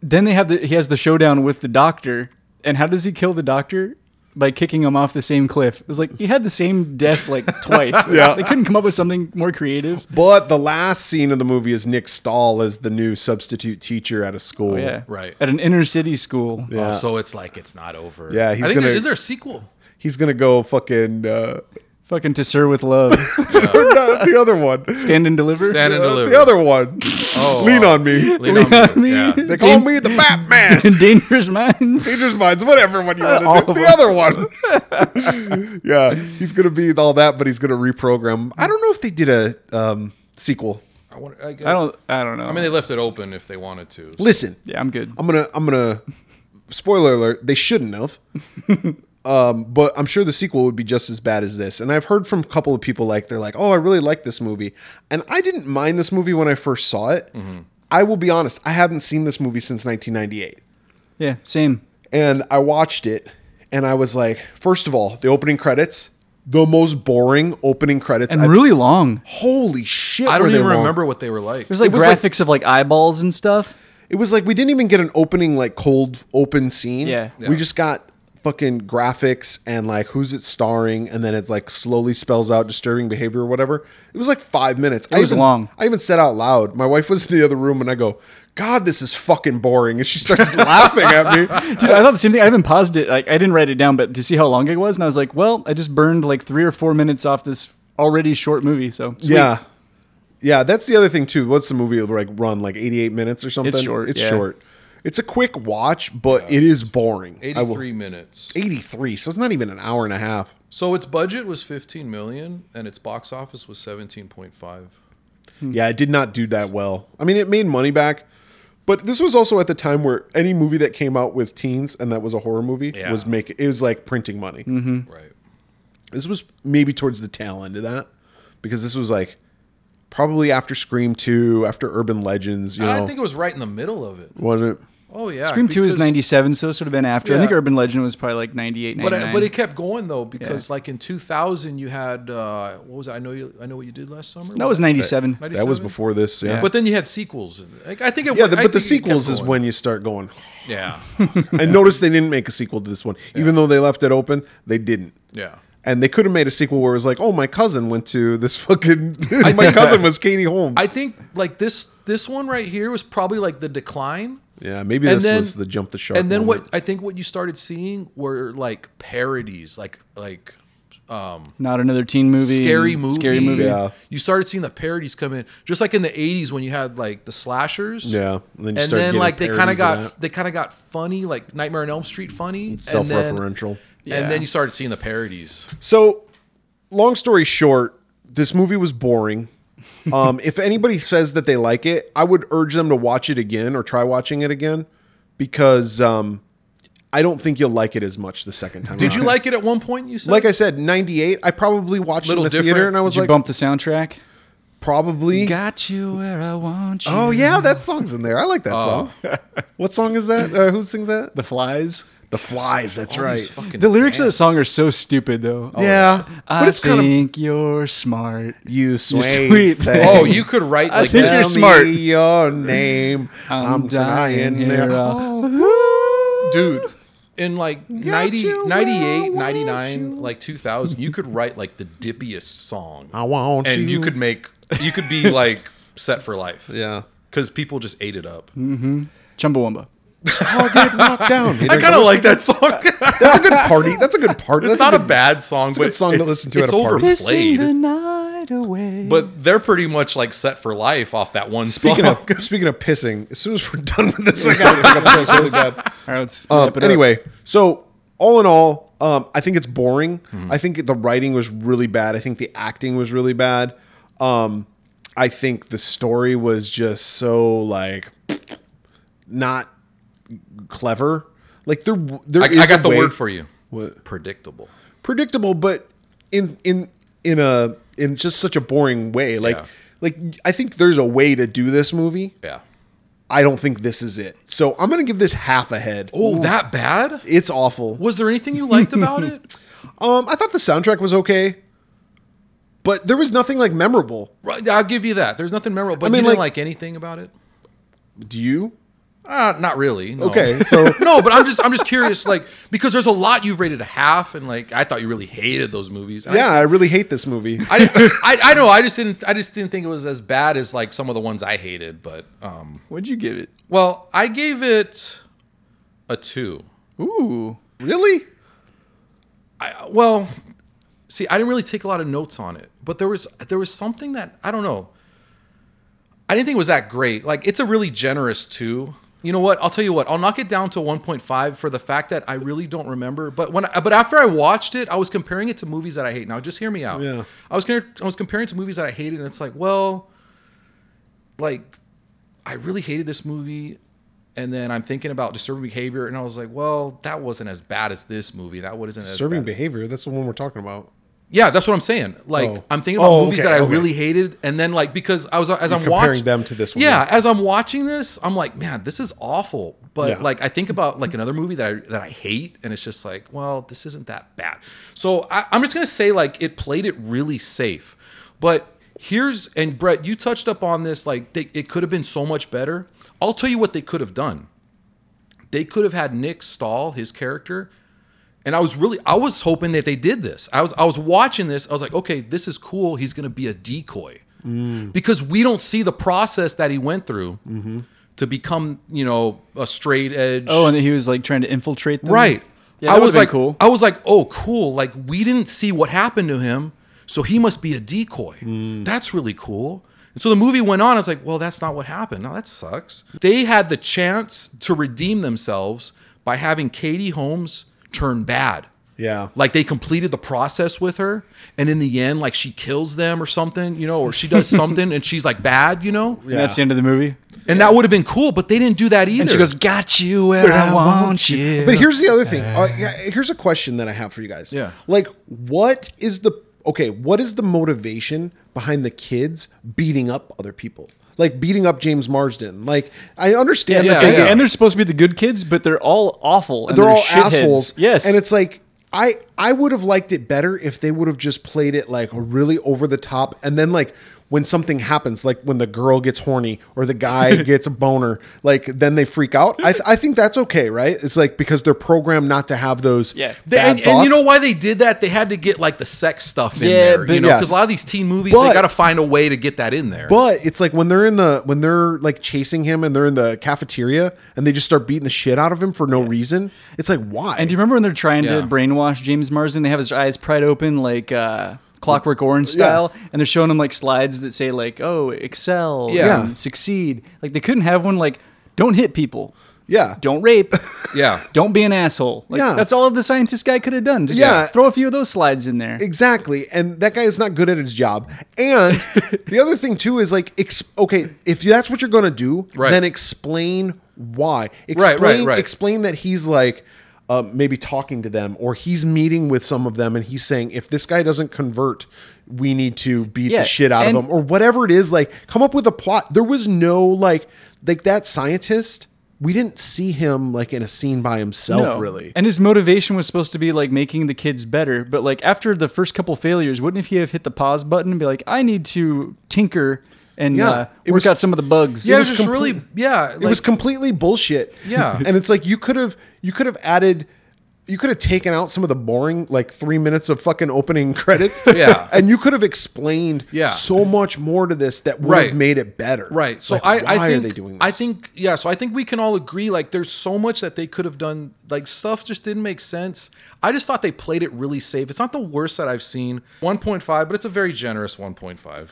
C: Then they have the he has the showdown with the doctor, and how does he kill the doctor? By kicking him off the same cliff. It was like he had the same death like twice.
B: Yeah.
C: They couldn't come up with something more creative.
B: But the last scene of the movie is Nick Stahl as the new substitute teacher at a school.
C: But Oh, yeah.
A: Right.
C: At an inner city school.
A: Oh, so it's like it's not over.
B: Yeah, he's
A: I think
B: gonna-
A: there, is there a sequel?
B: He's gonna go fucking uh,
C: Fucking to serve with
A: [LAUGHS]
C: love.
B: [LAUGHS] Or not the other one.
C: Stand and deliver.
A: Stand and
C: [LAUGHS]
B: Uh,
A: deliver.
B: The other one.
A: Oh,
B: Lean
A: uh,
B: on me.
A: Lean on me.
B: [LAUGHS]
C: on
A: Yeah.
C: me.
B: They call me the Batman.
C: in dangerous
A: [LAUGHS]
C: minds.
B: Dangerous Minds, whatever one you want to
C: All
B: do.
C: of
B: The other one. yeah, he's going to be all that, but he's going to reprogram. I don't know if they did a um, sequel.
A: I, wonder, I,
C: I don't. I don't know.
A: I mean, they left it open if they wanted to.
B: Listen,
C: yeah, I'm good.
B: I'm gonna, I'm gonna. Spoiler alert: They shouldn't have. um, but I'm sure the sequel would be just as bad as this. And I've heard from a couple of people like they're like, "Oh, I really like this movie," and I didn't mind this movie when I first saw it. I will be honest; I haven't seen this movie since 1998.
C: Yeah, same.
B: and I watched it and I was like, first of all, the opening credits, the most boring opening credits.
C: And
B: I've-
C: really long.
B: holy shit!
A: I
B: were
A: don't
B: they
A: even
B: long.
A: remember what they were like.
C: There's like
B: was like-
C: graphics of like eyeballs and stuff.
B: It was like we didn't even get an opening like cold open scene.
C: Yeah.
A: Yeah.
B: we just got fucking graphics and like who's it starring, and then it like slowly spells out disturbing behavior or whatever. It was like five minutes. I
C: was
B: even,
C: long.
B: I even said out loud. My wife was in the other room, and I go, "God, this is fucking boring," and she
C: [LAUGHS]
B: starts laughing at me.
C: Dude, I thought the same thing. I haven't paused it. Like I didn't write it down, but to see how long it was, and I was like, well, I just burned like three or four minutes off this already short movie. So sweet.
B: Yeah. Yeah, that's the other thing too. What's the movie like run like 88 minutes or something?
C: short,
B: It's
C: yeah.
B: short. It's a quick watch, but it is boring. I will-
A: 83 minutes.
B: 83, so it's not even an hour and a half.
A: So its budget was 15 million and its box office was 17.5.
B: Yeah, it did not do that well. I mean, it made money back, but this was also at the time where any movie that came out with teens and that was a horror movie
A: Yeah. Mm-hmm.
B: was make it was like printing money.
C: Hmm.
A: Right.
B: This was maybe towards the tail end of that because this was like probably after Scream 2, after Urban Legends, you know.
A: I think it was right in the middle of it.
B: wasn't it?
A: Oh yeah.
C: Scream Two is
A: because-
C: '97, so it should have been after. I
A: Yeah.
C: think Urban Legend was probably like '98,
A: But
C: '99.
A: but it kept going though because like in 2000 you had uh, what was it? I know you I know what you did last summer.
C: that was '97.
A: That
B: That was before this, yeah.
A: But then you had sequels. Like, I think it.
B: Yeah,
A: went-
B: the,
A: I
B: but the
A: think it kept
B: sequels is
A: going.
B: when you start
A: [LAUGHS]
B: going.
A: Yeah.
B: I noticed they didn't make a sequel to this one, even though they left it open. They didn't,
A: Yeah.
B: and they could have made a sequel where it was like, "Oh, my cousin went to this [LAUGHS] fucking. my cousin was Katie Holmes.
A: I think like this this one right here was probably like the decline.
B: yeah, maybe
A: and
B: this
A: then-
B: was the jump the shark.
A: and then
B: moment.
A: what I think what you started seeing were like parodies, like like
C: Not another teen movie.
A: scary movie.
C: Scary movie.
B: Yeah.
A: You started seeing the parodies come in, just like in the '80s when you had like the slashers.
B: Yeah, and then you
A: and
B: start
A: then
B: getting
A: like they kind of
B: parodies of
A: got
B: that.
A: they kind of got funny, like Nightmare on Elm Street funny, and then-
B: Self-referential.
C: Yeah.
A: And then you started seeing the parodies.
B: So, long story short, this movie was
A: [LAUGHS]
B: boring. Um, if anybody says that they like it, I would urge them to watch it again or try watching it again because um, I don't think you'll like it as much the second time.
A: Did you
B: around.
A: like it at one point? You said
B: Like I said, '98. I probably watched
A: Little
B: it in the
A: different.
B: theater, and I
C: Did
B: was
C: you
B: like,
C: bump the soundtrack?
B: probably.
C: Got you where I want you.
B: Oh yeah, that song's in there. I like that song. what song is that? Uh, who sings that?
C: The Flies.
B: The Flies. That's right.
C: The lyrics of the song are so stupid though. Oh.
B: yeah,
C: I
B: but it's kind of
C: think you're smart.
B: you sweet.
C: sweet
B: thing.
A: [LAUGHS] Oh, you could write like
C: think
A: that.
C: you're
B: Tell
C: smart.
B: Me your name. I'm,
C: I'm
B: dying,
C: dying
B: there.
C: here, uh,
B: Oh,
A: dude. In like 90,
B: you
A: 98,
B: where I want
A: 99, like 2000, you could write like the dippiest song.
B: I want
A: and
B: you.
A: you could make, you could
B: [LAUGHS]
A: be like set for life.
B: Yeah.
A: Because people just ate it up.
C: Chumbawamba.
B: Hard get knocked down.
A: I kind of like that song. [LAUGHS]
B: That's a good party. That's a good party.
A: It's
B: That's
A: not a,
B: good-
A: bad song, but
B: good song to
A: it's-
B: listen to
A: It's
B: at a party.
A: overplayed,
C: night away.
A: but they're pretty much like set for life off that one
B: Speaking
A: song.
B: of speaking of pissing, as soon as we're done with this, [LAUGHS] I gotta take a piss really bad.
C: [LAUGHS] All right, let's
B: Um,
C: wrap it up.
B: anyway, so all in all, um, I think it's boring. I think the writing was really bad. I think the acting was really bad. Um, I think the story was just so like not clever. Like there, there
A: [LAUGHS] I,
B: is
A: I got
B: a
A: the
B: way-
A: word for you.
B: What?
A: Predictable.
B: predictable, but in in in a in just such a boring way. Like
A: Yeah.
B: like I think there's a way to do this movie.
A: Yeah.
B: I don't think this is it. So I'm gonna give this half a head.
A: Oh, that bad?
B: It's awful.
A: Was there anything you liked about it?
B: Um, I thought the soundtrack was okay, but there was nothing like memorable.
A: [LAUGHS] Right, I'll give you that. There's nothing memorable. But
B: mean,
A: you didn't
B: like-
A: like, anything about it?
B: Do you?
A: Uh, not really. no. [LAUGHS]
B: Okay, so
A: no, but I'm just I'm just curious, like because there's a lot you've rated a half, and like I thought you really hated those movies. And I
B: yeah, I really hate this
A: [LAUGHS]
B: movie.
A: I, I, I know I just didn't I just didn't think it was as bad as like some of the ones I hated, but um
C: what'd you give it?
A: well I gave it a two.
C: Ooh,
B: Really?
A: I, well, see, I didn't really take a lot of notes on it, but there was there was something that I don't know. I didn't think it was that great. Like it's a really generous two. You know what? I'll tell you what. I'll knock it down to 1.5 for the fact that I really don't remember. But when I, but after I watched it, I was comparing it to movies that I hate. Now just hear me out.
B: Yeah.
A: I was gonna, I was comparing it to movies that I hated, and it's like, well, like I really hated this movie. And then I'm thinking about disturbing behavior, and I was like, "Well, that wasn't as bad as this movie. That wasn't as
B: Disturbing
A: bad.
B: behavior. That's the one we're talking about.
A: Yeah, that's what I'm saying. Like
B: Oh.
A: I'm thinking about
B: Oh,
A: movies
B: okay,
A: that I
B: okay.
A: really hated, and then like because I was as I'm
B: comparing
A: watching
B: them to this one.
A: Yeah, as I'm watching this, I'm like, man, this is awful. But
B: Yeah.
A: like I think about like another movie that I that I hate, and it's just like, well, this isn't that bad. So I, I'm just gonna say like it played it really safe. But here's and Brett, you touched up on this. Like they, it could have been so much better. I'll tell you what they could have done they could have had Nick Stahl, his character. And I was really I was hoping that they did this. I was I was watching this. I was like, okay, this is cool. He's gonna be a decoy. Because we don't see the process that he went through to become, you know, a straight edge.
C: Oh, and he was like trying to infiltrate them.
A: Right.
C: Yeah,
A: I
C: that
A: was
C: would've been cool.
A: like, I was like, oh, cool. Like we didn't see what happened to him, so he must be a decoy.
C: Mm.
A: That's really cool. And so the movie went on. I was like, well, that's not what happened. No, that sucks. They had the chance to redeem themselves by having Katie Holmes turn bad.
B: Yeah.
A: Like they completed the process with her, and in the end, like she kills them or something, you know, or she
C: [LAUGHS]
A: does something and she's like bad, you know,
C: And that's the end of the movie.
A: and that would have been cool, but they didn't do that either.
C: And she goes, "Got you where I, want, you."
B: But here's the other thing. Uh, yeah, here's a question that I have for you guys.
A: Yeah.
B: Like, what is the okay? What is the motivation behind the kids beating up other people? Like beating up James Marsden. Like I understand that
A: yeah,
B: they
C: and,
A: yeah.
B: get-
C: and they're supposed to be the good kids, but they're all awful. and
B: they're all
C: shitheads.
B: assholes.
C: Yes,
B: and it's like I I would have liked it better if they would have just played it like really over the top, and then like when something happens, like when the girl gets horny or the guy gets a boner, like then they freak out. I, th- I think that's okay, right? It's like because they're programmed not to have those.
C: Yeah.
A: They,
B: bad
A: and, and you
B: thoughts.
A: know why they did that? They had to get like the sex stuff in
C: Yeah,
A: there,
C: but-
A: you know,
B: Yes.
A: because a lot of these teen movies
B: But-
A: they got to find a way to get that in there.
B: But it's like when they're in the when they're like chasing him and they're in the cafeteria and they just start beating the shit out of him for no reason. It's like why?
C: And do you remember when they're trying
A: Yeah.
C: to brainwash James Marsden? They have his eyes pried open, like uh, Clockwork Orange
B: Yeah.
C: style, and they're showing him like slides that say like, "Oh, excel,
A: Yeah.
C: and succeed." Like they couldn't have one like, "Don't hit people,
B: yeah.
C: don't rape,
A: yeah,
C: don't be an asshole." Like
B: Yeah.
C: that's all the scientist guy could have done. Just
B: Yeah.
C: throw a few of those slides in there.
B: Exactly. And that guy is not good at his job.
A: [LAUGHS]
B: And the other thing too is like ex- okay, if that's what you're going to do,
A: Right.
B: then explain why. Explain
A: right, right.
B: explain that he's like uh, maybe talking to them or he's meeting with some of them and he's saying if this guy doesn't convert, we need to beat
C: Yeah,
B: the shit out
C: and-
B: of him or whatever it is like come up with a plot. There was no like like that scientist we didn't see him like in a scene by himself
C: No.
B: really.
C: And his motivation was supposed to be like making the kids better, but like after the first couple failures, wouldn't if he have hit the pause button and be like, "I need to tinker and
B: Yeah,
C: uh,
B: it
C: work
B: was-
C: out some of the bugs"?
A: yeah, it
B: was
A: was just
B: complete-
A: really, yeah, like,
B: it was completely bullshit.
A: Yeah.
B: [LAUGHS] and it's like you could have you could have added you could have taken out some of the boring like three minutes of fucking opening [LAUGHS] credits.
A: [LAUGHS] Yeah.
B: and you could have explained
A: Yeah.
B: so much more to this that would
A: Right.
B: have made it better.
A: right. So
B: Like,
A: I, I
B: why
A: think
B: are they doing this?
A: I think yeah. So I think we can all agree like there's so much that they could have done. Like stuff just didn't make sense. I just thought they played it really safe. It's not the worst that I've seen. 1.5, but it's a very generous 1.5.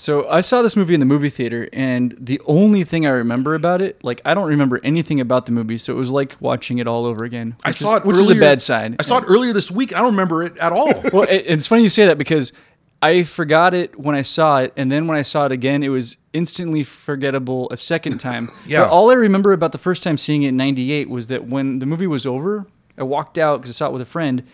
C: So I saw this movie in the movie theater, and the only thing I remember about it, like I don't remember anything about the movie, so it was like watching it all over again.
A: I
C: which
A: saw
C: is,
A: it,
C: which
A: earlier,
C: is a bad sign.
A: I saw it earlier this week. I don't remember it at
C: [LAUGHS]
A: all.
C: Well, it, it's funny you say that because I forgot it when I saw it, and then when I saw it again, it was instantly forgettable a second
A: [LAUGHS]
C: time.
A: Yeah.
C: But all I remember about the first time seeing it in '98 was that when the movie was over, I walked out because I saw it with a friend,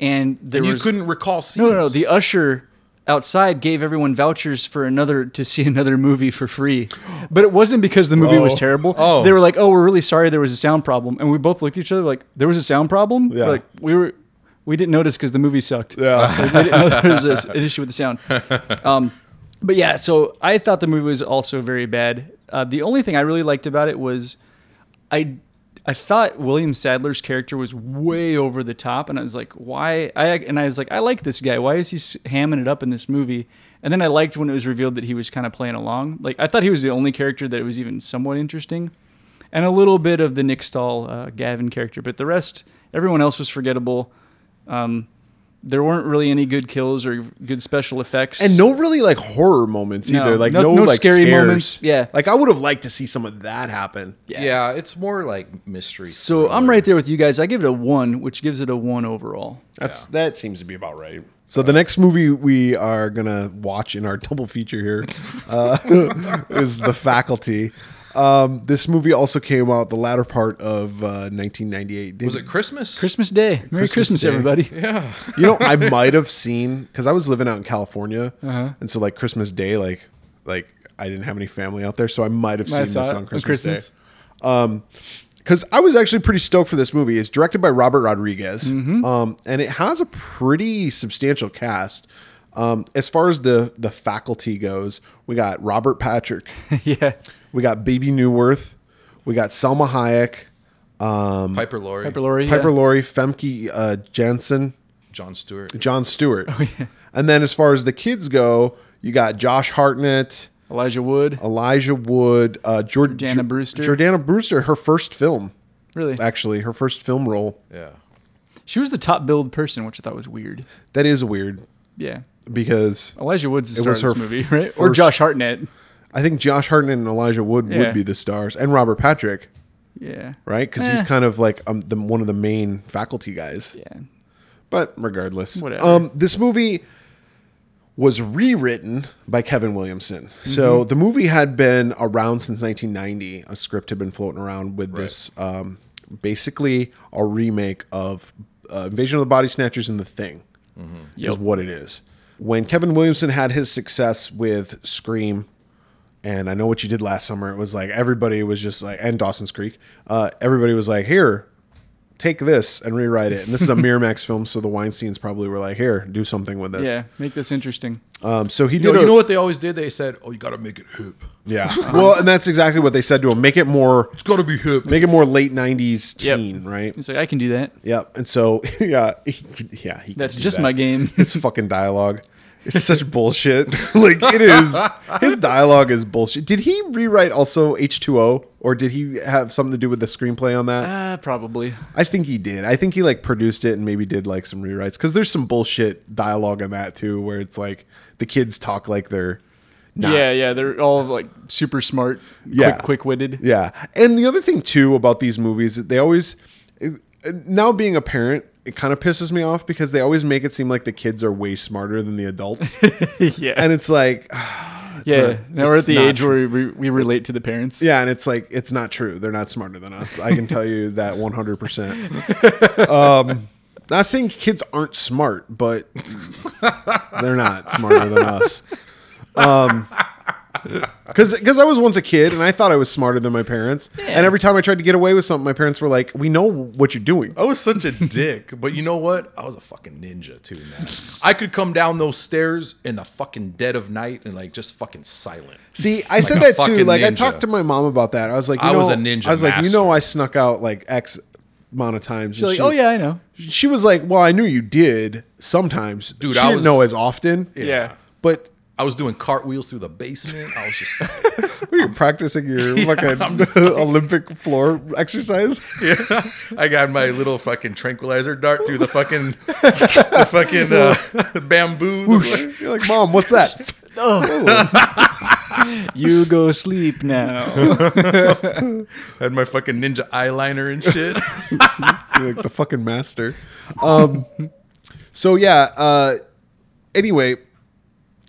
C: and there
A: you
C: was
A: couldn't recall scenes.
C: no, no, no. The usher outside gave everyone vouchers for another to see [LAUGHS] another movie for free. But it wasn't because the movie was terrible.
A: Oh.
C: They were like, "Oh, we're really sorry there was a sound problem." And we both looked at each other like, "There was a sound problem?"
B: Yeah.
C: Like we were we didn't notice cuz the movie sucked.
B: Yeah.
C: Like, [LAUGHS] we didn't know there was a- an issue with the sound. Um but yeah, so I thought the movie was also very bad. Uh, the only thing I really liked about it was I I thought William Sadler's character was way over the top, and I was like, why? I and I was like, I like this guy. Why is he s- hamming it up in this movie? And then I liked when it was revealed that he was kind of playing along. Like I thought he was the only character that was even somewhat interesting, and a little bit of the Nick Stahl uh, Gavin character, but the rest, everyone else was forgettable. Um, There weren't really any good kills or good special effects.
B: and no really like horror moments
C: No.
B: either. Like
C: No-
B: no,
C: no
B: like
C: scary
B: scares.
C: moments. Yeah.
B: like I would have liked to see some of that happen.
A: Yeah. it's more like mystery.
C: So I'm right there with you guys. I give it a one, which gives it a one overall.
B: That's that seems to be about right. So the next movie we are gonna watch in our [LAUGHS] double feature here uh, [LAUGHS] is The Faculty. Um, this movie also came out the latter part of uh, 1998.
A: Was it Christmas?
C: Christmas Day. Merry Christmas,
B: Christmas Day. [LAUGHS]
C: everybody.
B: You know, [LAUGHS] I might have seen because I was living out in California, and so like Christmas Day, like like I didn't have any family out there, so I might have
C: I
B: seen
C: saw
B: this
C: it
B: uh, on
C: on
B: Christmas,
C: Christmas.
B: Day. Um, because I was actually pretty stoked for this movie. It's directed by Robert Rodriguez,
C: Mm-hmm.
B: um, and it has a pretty substantial cast. Um, as far as the the faculty goes, we got Robert
C: [LAUGHS]
B: Patrick,
C: yeah.
B: we got Baby Newworth, we got Selma Hayek,
A: Piper Laurie,
C: Piper Laurie. yeah.
B: Piper Laurie, Femke uh, Jansen,
A: John Stewart.
B: John Stewart.
C: Oh,
B: And then as far as the kids go, you got Josh Hartnett,
C: Elijah Wood.
B: Elijah Wood, uh, Jord-
C: Jordana
B: Jor-
C: Brewster.
B: Jordana Brewster, her first film,
C: Really?
B: actually, her first film role.
A: Yeah.
C: She was the top billed person, which I thought was weird.
B: That is weird
C: Yeah.
B: because
C: Elijah Wood's the star
B: was
C: of this
B: her
C: movie, [LAUGHS] right? Or
B: first-
C: Josh Hartnett.
B: I think Josh Hartnett and Elijah Wood
C: Yeah.
B: would be the stars, and Robert Patrick,
C: Yeah.
B: right? Because he's
C: Eh.
B: kind of like um, the, one of the main faculty guys.
C: Yeah.
B: But regardless,
C: Whatever.
B: Um, this movie was rewritten by Kevin Williamson. So the movie had been around since 1990. A script had been floating around with this, um, basically a remake of uh, Invasion of the Body Snatchers and The Thing, is what it is. When Kevin Williamson had his success with Scream, and I know what you did last summer. It was like everybody was just like, and Dawson's Creek. Uh, everybody was like, here, take this and rewrite it. And
A: [LAUGHS]
B: this is a Miramax film, so the Weinstein's probably were like, here, do something with this.
C: Yeah. Make this interesting.
B: Um, so he
A: You
B: did.
A: know,
B: a-
A: you know what they always did? They said, "Oh, you got to make it hip. [LAUGHS]
B: Yeah. well, and that's exactly what they said to him. Make it more,
A: It's got to be hip."
B: make it more late '90s
C: Yep.
B: teen, right?
C: It's like, I can do that.
B: Yep. And so, [LAUGHS] yeah, he- yeah. He could
C: That's
B: do
C: just
B: that. [LAUGHS]
C: my game.
B: His fucking dialogue. is
C: [LAUGHS]
B: such bullshit. [LAUGHS] like it is. His dialogue is bullshit. Did he rewrite also H2O or did he have something to do with the screenplay on that?
C: Ah, probably.
B: I think he did. I think he like produced it and maybe did like some rewrites because there's some bullshit dialogue in that too, where it's like the kids talk like they're not.
C: Yeah, yeah. They're all like super smart,
B: Yeah.
C: quick quick witted.
B: Yeah. And the other thing too about these movies, that they always now being a parent, it kind of pisses me off because they always make it seem like the kids are way smarter than the adults,
C: [LAUGHS] yeah.
B: and it's like,
C: yeah.
B: not-
C: now we're at
B: it's
C: the
B: not
C: age where we, we relate to the parents.
B: yeah, and it's like it's not true. They're not smarter than us. I can tell you that 100. percent Um Not saying kids aren't smart, but they're not smarter than us. because because I was once a kid and I thought I was smarter than my parents. And every time I tried to get away with something, my parents were like, "We know what you're doing."
A: I was such a dick, but you know what? I was a fucking ninja too, man. I could come down those stairs in the fucking dead of night and like just fucking silent.
B: See, I said
A: a
B: that too.
A: fucking
B: Like I
A: ninja.
B: talked to my mom about that. I was like, you
A: I
B: know,
A: was a ninja
B: I was like, you
A: master.
B: know, I snuck out like X amount of times.
C: She's like, oh, yeah, I know.
B: She was like, well, I knew you did sometimes, dude. She
A: I
B: didn't
A: was-
B: know as often.
C: [LAUGHS] Yeah.
B: But
A: I was doing cartwheels through the basement. I was just
B: were you practicing
C: [LAUGHS]
B: your fucking [LAUGHS] Olympic floor exercise? [LAUGHS]
C: [LAUGHS]
A: I got my little fucking tranquilizer dart through the fucking the fucking uh, bamboo.
B: You're like, mom, what's that?
C: You go
B: [LAUGHS]
C: sleep now.
A: I had my fucking ninja eyeliner and
C: [LAUGHS]
A: shit.
B: You're like the fucking master.
C: [LAUGHS]
B: Um, so yeah. Uh, anyway,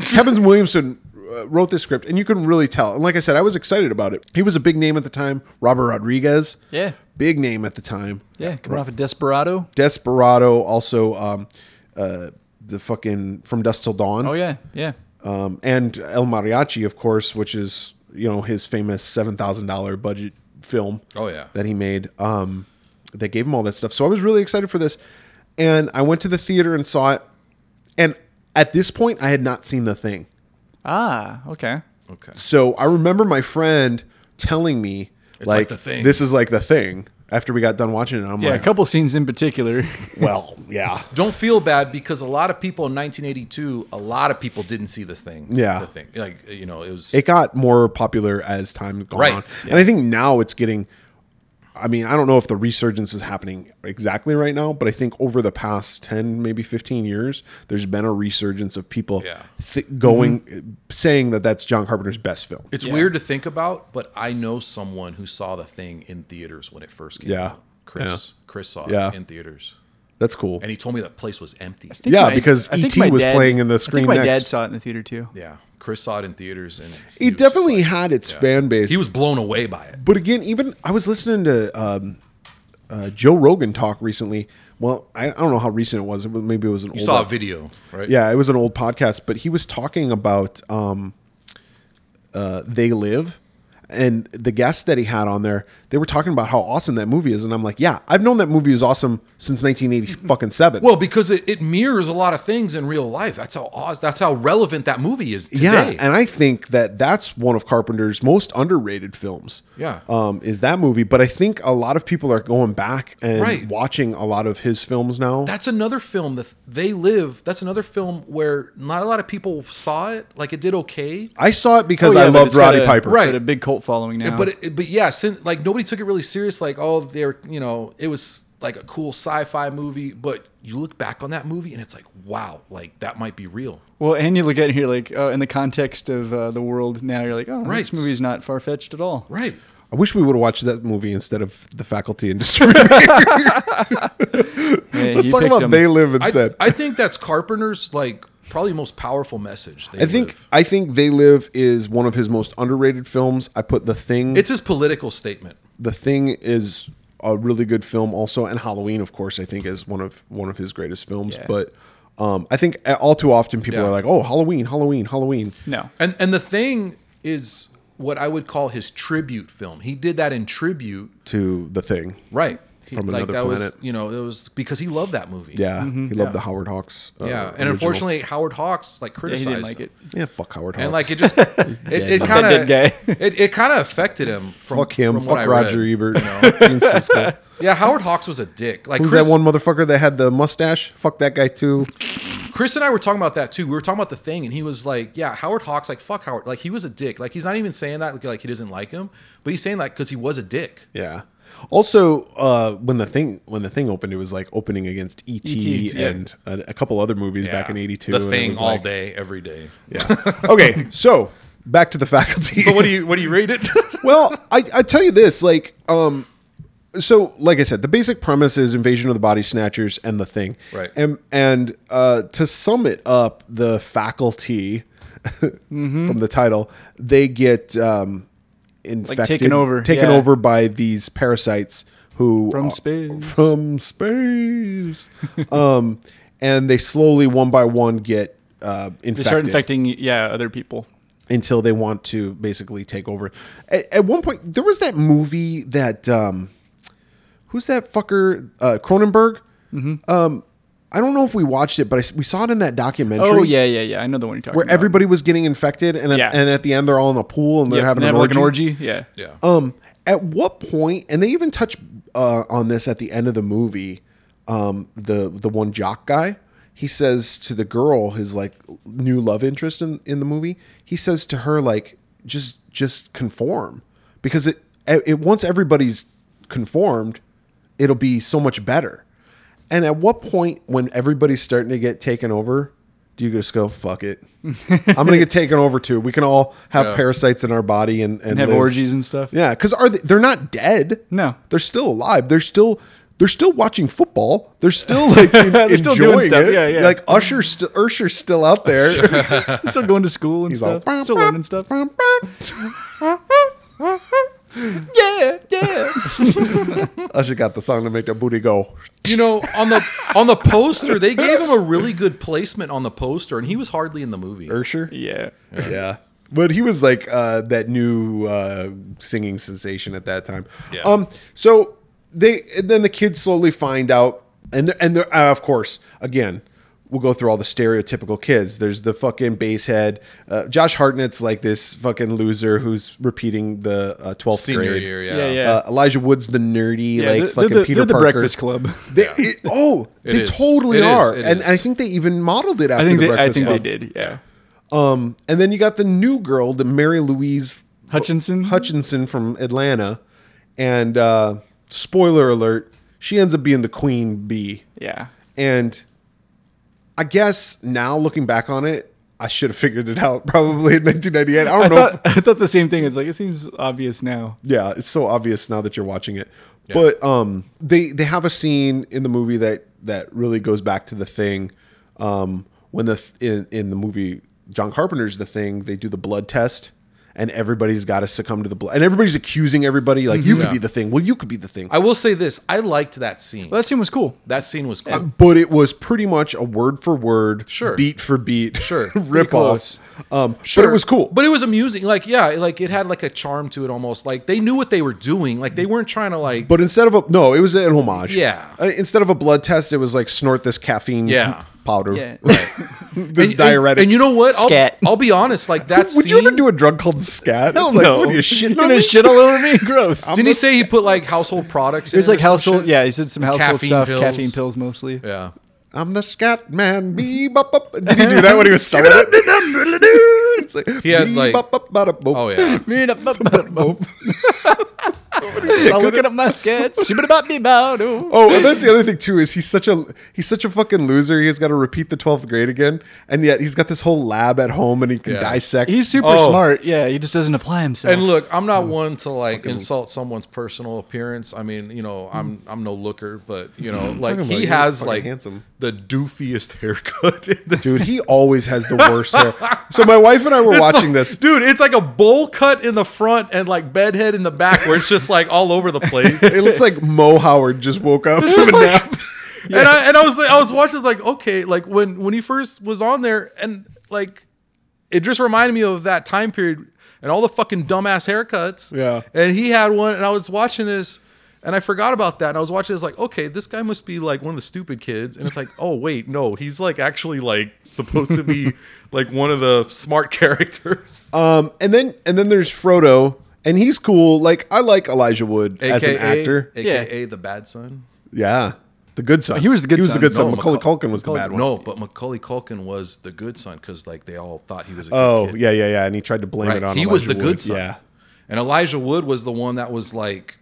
B: Kevin Williamson uh, wrote this script, and you can really tell. And like I said, I was excited about it. He was a big name at the time. Robert Rodriguez,
C: yeah.
B: big name at the time.
C: Yeah. Coming off of Desperado.
B: Desperado, also um, uh, the fucking From Dust Till Dawn,
C: Oh, yeah. Yeah.
B: um, and El Mariachi, of course, which is you know his famous seven thousand dollar budget film.
A: Oh, yeah.
B: that he made. Um, that gave him all that stuff. So I was really excited for this, and I went to the theater and saw it. And at this point, I had not seen the thing.
C: Ah, okay.
A: Okay.
B: So I remember my friend telling me
A: like
B: like,
A: The Thing.
B: this is like the thing. After we got done watching it, I'm
C: Yeah, a
B: like,
C: couple scenes in [LAUGHS] particular.
B: well, yeah.
A: Don't feel bad because a lot of people in 1982, a lot of people didn't see this thing.
B: Yeah.
A: the thing. Like you know, it was
B: it got more popular as time gone
A: Right.
B: on. And I think now it's getting I mean, I don't know if the resurgence is happening exactly right now, but I think over the past 10, maybe 15 years, there's been a resurgence of people
A: Yeah.
B: thi- going, saying that that's John Carpenter's best film.
A: Mm-hmm. It's weird to think about, but I know someone who saw the thing in theaters when it first came
B: Yeah.
A: out. Chris. Chris saw
B: Yeah.
A: it in theaters.
B: That's cool.
A: And he told me that place was empty.
C: I think
B: Yeah, because
C: I think
B: E.T.
C: my
B: was playing in the screen
C: I think my
B: next.
C: dad saw it in the theater too.
A: yeah. Chris saw it in theaters and he
B: It
A: was just
B: definitely
A: like-
B: had its fan base.
A: he was blown away by it.
B: But again, even I was listening to um, uh, Joe Rogan talk recently. Well, I, I don't know how recent it was. It was maybe it was an
A: You
B: old
A: saw a video, right?
B: yeah, it was an old podcast, but he was talking about um, uh, They Live and the guests that he had on there. They were talking about how awesome that movie is, and I'm like, yeah, I've known that movie is awesome since 1980 fucking seven.
A: Well, because it, it mirrors a lot of things in real life. That's how aw- that's how relevant that movie is today.
B: yeah, and I think that that's one of Carpenter's most underrated films.
A: Yeah.
B: um, is that movie? But I think a lot of people are going back and
A: Right.
B: watching a lot of his films now.
A: that's another film that they live. That's another film where not a lot of people saw it. Like it did okay,
B: I saw it because
C: Oh, yeah,
B: I
C: but
B: loved
C: it's got
B: Roddy
C: a-
B: Piper.
A: Right.
C: got a big cult following now.
A: but it, but yeah, since, like nobody took it really serious. Like oh, they're you know it was like a cool sci-fi movie, but you look back on that movie and it's like wow, like that might be real.
C: well, and you look at it here like oh, in the context of uh, the world now, you're like, oh,
A: Right.
C: this movie's not far fetched at all.
A: Right.
B: I wish we would have watched that movie instead of The Faculty and Discrimination.
C: Hey,
B: Let's
C: you
B: talk
C: picked
B: about
C: him.
B: They Live
A: I,
B: instead.
A: I think that's Carpenter's like probably most powerful message. They
B: I think
A: Live.
B: I think They Live is one of his most underrated films. I put The Thing.
A: it's his political statement.
B: the Thing is a really good film also, and Halloween, of course, I think is one of one of his greatest films.
C: Yeah.
B: But um, I think all too often people
A: Yeah.
B: are like, "Oh, Halloween, Halloween, Halloween."
C: No.
A: And and the thing is what I would call his tribute film. He did that in tribute,
B: To The Thing,
A: right? He-
B: From another
A: that
B: planet.
A: was you know it was because he loved that movie.
B: yeah,
C: Mm-hmm.
B: he loved the Howard Hawks. uh,
A: yeah. And
B: original.
A: unfortunately, Howard Hawks like
C: Yeah, he
A: criticized
C: didn't like
A: him.
C: it.
B: yeah, fuck Howard Hawks.
A: And like it
B: [LAUGHS]
A: just it, it kind
C: That
A: of
C: dead guy.
A: [LAUGHS] it, it kind of affected him. From,
B: fuck him,
A: from what
B: fuck
A: I read.
B: Roger Ebert, [LAUGHS] Gene
A: [LAUGHS]
B: Siskel.
A: Yeah, Howard Hawks was a dick. Like
B: Who's
A: Chris,
B: that one motherfucker that had the mustache? Fuck that guy too.
A: Chris and I were talking about that too. We were talking about the thing, and he was like, "Yeah, Howard Hawks, like fuck Howard, like he was a dick. Like he's not even saying that like, like he doesn't like him, but he's saying like because he was a dick."
B: Yeah. Also, uh, when the thing when the thing opened, it was like opening against E. T.
C: E.T., yeah.
B: and a, a couple other movies back in
A: Yeah.
B: '82.
A: the thing all day,
B: [LAUGHS]
A: every day.
B: Yeah. Okay, so back to the faculty.
A: [LAUGHS] So what do you what do
B: [LAUGHS]
A: you rate it?
B: well, I, I tell you this, like, um, so like I said, the basic premise is Invasion of the Body Snatchers and the Thing,
A: Right.
B: And and uh, to sum it up, the faculty
C: Mm-hmm.
B: from the title, they get um, infected,
C: taken over,
B: taken
C: yeah.
B: over by these parasites who
C: From
B: are-
C: space.
B: from
C: [LAUGHS]
B: space, um, and they slowly one by one get. Uh, infected
C: They start infecting, yeah, other people.
B: until they want to basically take over. At, at one point, there was that movie that um, who's that fucker uh, Cronenberg. Um, I don't know if we watched it, but I s we saw it in that documentary.
C: Mm-hmm. Oh yeah, yeah, yeah. I know the one you're talking
B: where
C: about.
B: everybody was getting infected, and at,
C: Yeah.
B: and at the end they're all in a pool and they're
C: Yeah,
B: having
C: they
B: an,
C: have, like
B: orgy.
C: an orgy. Yeah.
A: yeah.
B: Um, at what point, and they even touch uh, on this at the end of the movie. Um, the the one jock guy, he says to the girl, his like new love interest in in the movie. He says to her like, just just conform, because it it once everybody's conformed, it'll be so much better. And at what point, when everybody's starting to get taken over, do you just go fuck it? I'm gonna get taken over too. We can all have
A: Yeah.
B: parasites in our body and and,
C: And have
B: live-
C: orgies and stuff.
B: yeah, because are they, they're not dead?
C: No.
B: they're still alive. They're still they're still watching football. They're still [LAUGHS] like they're
C: still doing
B: enjoying
C: stuff.
B: it.
C: Yeah, yeah.
B: Like Usher, st- Usher's still out there.
C: [LAUGHS] Still going to school and
B: He's all,
C: stuff.
B: [LAUGHS]
C: Still learning stuff. Yeah, yeah. [LAUGHS]
B: Usher got the song to make their booty go.
A: You know, on the on the poster, they gave him a really good placement on the poster, and he was hardly in the movie.
B: Usher,
C: yeah.
B: yeah. But he was like uh, that new uh, singing sensation at that time.
A: Yeah.
B: Um. So they and then the kids slowly find out, and and they're, uh, of course, again, we'll go through all the stereotypical kids. There's the fucking bass head. Uh, Josh Hartnett's like this fucking loser who's repeating the uh, 12th
A: Senior
B: grade.
A: year, yeah.
C: Yeah, yeah.
B: Uh, Elijah Wood's the nerdy,
C: Yeah,
B: like
C: they're-
B: fucking
C: they're the,
B: Peter
C: they're the
B: Parker.
C: Breakfast Club.
B: They, it- oh,
A: [LAUGHS] It
B: they
A: is.
B: totally
A: It is.
B: are,
A: It
B: and
A: is.
B: I think they even modeled it after
C: I think
B: the
C: they, I
B: Breakfast
C: think they
B: Club.
C: did. Yeah.
B: Um, and then you got the new girl, the Mary Louise
C: Hutchinson.
B: Hutchinson from Atlanta, and uh, spoiler alert, she ends up being the queen bee.
C: Yeah.
B: And I guess now looking back on it, I should have figured it out [LAUGHS] probably in 1998. I don't
C: I
B: know. if-
C: thought, I thought the same thing. It's like, it seems obvious now.
B: yeah, it's so obvious now that you're watching it. But um, they they have a scene in the movie that that really goes back to the thing um, when the in, in the movie John Carpenter's the thing. They do the blood test. And everybody's got to succumb to the blood, and everybody's accusing everybody like you could
A: Mm-hmm. Yeah.
B: be the thing. Well, you could be the thing.
A: I will say this: I liked that scene.
C: Well, that scene was cool.
A: that scene was cool.
B: but it was pretty much a word for word,
A: Sure.
B: beat for beat, [LAUGHS]
A: Sure.
B: rip offs.
C: close.
B: Um, But
A: Sure.
B: it was cool.
A: But it was amusing. Like, yeah, like it had like a charm to it almost. Like they knew what they were doing. Like they weren't trying to like
B: But instead of a no, it was an homage.
A: Yeah.
B: Uh, instead of a blood test, it was like snort this caffeine
A: Yeah.
B: powder.
C: Yeah.
B: [LAUGHS] this
A: and-
B: diuretic.
A: And, and you know what?
C: Scat.
A: I'll, I'll be honest, like that
B: would
A: scene.
B: you ever do a drug called scat?
C: Hell
B: it's like,
C: no.
B: what are you
C: You're
B: shitting on
C: gonna
B: me?
C: shit all over me? [LAUGHS] Gross.
A: Didn't he say he put like household products?
C: It was
A: in
C: like
A: or some
C: household.
A: shit?
C: Yeah, he said some household
A: Caffeine
C: stuff,
A: pills.
C: caffeine pills [LAUGHS] mostly.
A: Yeah.
B: I'm the scat [LAUGHS] man. Bee bop bop. Did he do that when he [LAUGHS] was selling it? it's like,
A: He had,
B: bee,
A: like-
B: bop, bop, bada, boop.
A: Oh yeah.
B: Selling it.
C: Cooking up my skets. Shibbidi-bop-bee-bow-doo.
B: Oh, and that's the other thing too is he's such a he's such a fucking loser. He's got to repeat the twelfth grade again, and yet he's got this whole lab at home, and he can
A: Yeah.
B: dissect.
C: He's super
A: Oh.
C: smart. Yeah, he just doesn't apply himself.
A: And look, I'm
B: Mm.
A: not one to like insult someone's personal appearance. I mean, you know, I'm I'm no looker, but you
B: [LAUGHS]
A: know, like
B: Mm. talking about?
A: he
B: You look
A: has
B: fucking
A: like
B: handsome.
A: the doofiest [LAUGHS] haircut. in this-
B: dude. He always has the worst hair. So my wife and I were watching this.
A: Dude, it's like a bowl cut in the front and like bedhead in the back, where it's just like all over
B: [LAUGHS]
A: the place.
B: It looks like Mo Howard just woke up
A: It's
B: from a
A: just like-
B: nap.
A: And I and I was like, I was watching, I was like, okay, like when when he first was on there, and like it just reminded me of that time period and all the fucking dumbass haircuts.
B: Yeah.
A: And he had one, and I was watching this, and I forgot about that, and I was watching this like, okay, this guy must be like one of the stupid kids, and it's like, oh wait, no, he's like actually like supposed
B: [LAUGHS]
A: to be like one of the smart characters,
B: Um, and then and then there's Frodo, and he's cool. Like I like Elijah Wood as an actor.
A: aka the bad son.
B: yeah, the good son.
C: He was the good
B: He was
C: son.
B: the good son.
A: No,
B: Macaulay
A: Macaul-
B: Culkin was the
C: Macaulay-
B: bad one.
A: No, but Macaulay Culkin was the good son because like they all thought he was a good
B: Oh
A: kid.
B: yeah, yeah, yeah. And he tried to blame it
A: Right.
B: on.
A: He
B: Elijah
A: was the good
B: Wood.
A: son.
B: Yeah,
A: And Elijah Wood was the one that was like,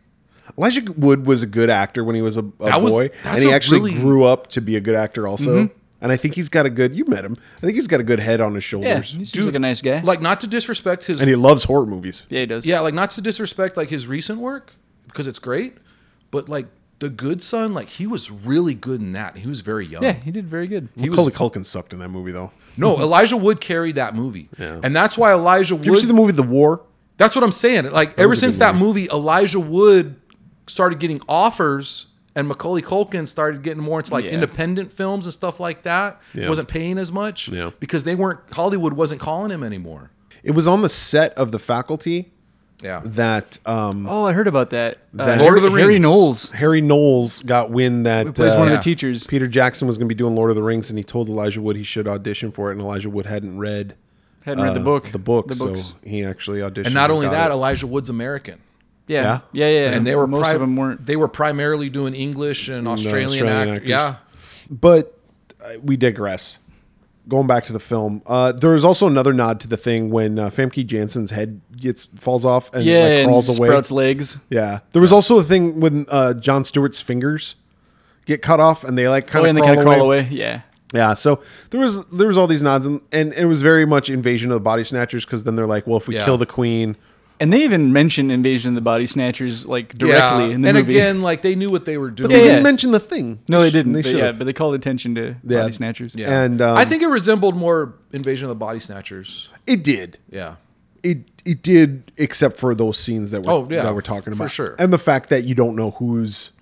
B: Elijah Wood was a good actor when he was a, a
A: That was-
B: boy,
A: that's
B: and he
A: a
B: actually
A: really- Mm-hmm.
B: grew up to be a good actor also. And I think he's got a good. You met him. I think he's got a good head on his
C: yeah,
B: shoulders,
C: he seems like a nice guy.
A: like not to disrespect his,
B: and he loves horror movies.
C: yeah, he does.
A: yeah, like not to disrespect like his recent work because it's great, but like the good son, like he was really good in that. and He was very young.
C: yeah, Mm-hmm. he did very good.
A: He was-
B: Macaulay Culkin sucked in that movie though.
A: No, Elijah Wood carried that movie, and that's why Elijah
B: You ever see
A: Wood.
B: the movie The War?
A: that's what I'm saying. Like ever
B: was a
A: since
B: good
A: that movie, Elijah Wood started getting offers. And Macaulay Culkin started getting more into like
C: Yeah.
A: independent films and stuff like that.
B: Yeah.
A: Wasn't paying as much
B: Yeah.
A: because they weren't Hollywood wasn't calling him anymore.
B: It was on the set of The Faculty
A: Yeah.
B: that um,
C: Oh, I heard about that.
B: That-
A: Lord of the
C: Harry
A: Rings.
C: Knowles
B: Harry Knowles got wind that
C: plays
B: uh,
C: one of
A: Yeah.
C: the teachers.
B: Peter Jackson was going to be doing Lord of the Rings, and he told Elijah Wood he should audition for it, and Elijah Wood hadn't read uh,
C: Hadn't read the book.
B: the book,
C: The
B: so
C: books.
B: he actually auditioned.
A: And not only
B: got
A: that,
B: it.
A: Elijah Wood's American.
C: Yeah. Yeah, yeah.
A: And they were
C: most
A: pri-
C: of them weren't.
A: They were primarily doing English and Australian,
B: Australian
A: act-
B: actors.
A: Yeah,
B: but uh, we digress. Going back to the film, uh, there is also another nod to the thing when uh, Famke Janssen's head gets falls off and
C: Yeah,
B: like,
C: and
B: crawls away.
C: sprouts legs.
B: Yeah, there was also a thing when uh, John Stewart's fingers get cut off, and they like
C: Oh,
B: kind of
C: and they kind of crawl away. Yeah.
B: Yeah, so there was there was all these nods, and, and it was very much invasion of the body snatchers because then they're like, well, if we
A: Yeah.
B: kill the queen,
C: And they even mention Invasion of the Body Snatchers like directly
A: Yeah.
C: in the
A: and
C: movie.
A: again, like they knew what they were doing.
B: they
C: Yeah.
B: didn't mention the thing.
C: [LAUGHS] no, they didn't.
B: They
C: but yeah,
B: should've.
C: but they called attention to
B: Yeah.
C: Body Snatchers.
A: Yeah.
B: And, um,
A: I think it resembled more Invasion of the Body Snatchers.
B: it did.
A: Yeah,
B: It it did, except for those scenes that we're,
A: Oh, yeah,
B: that we're talking
A: for
B: about,
A: sure.
B: and the fact that you don't know who's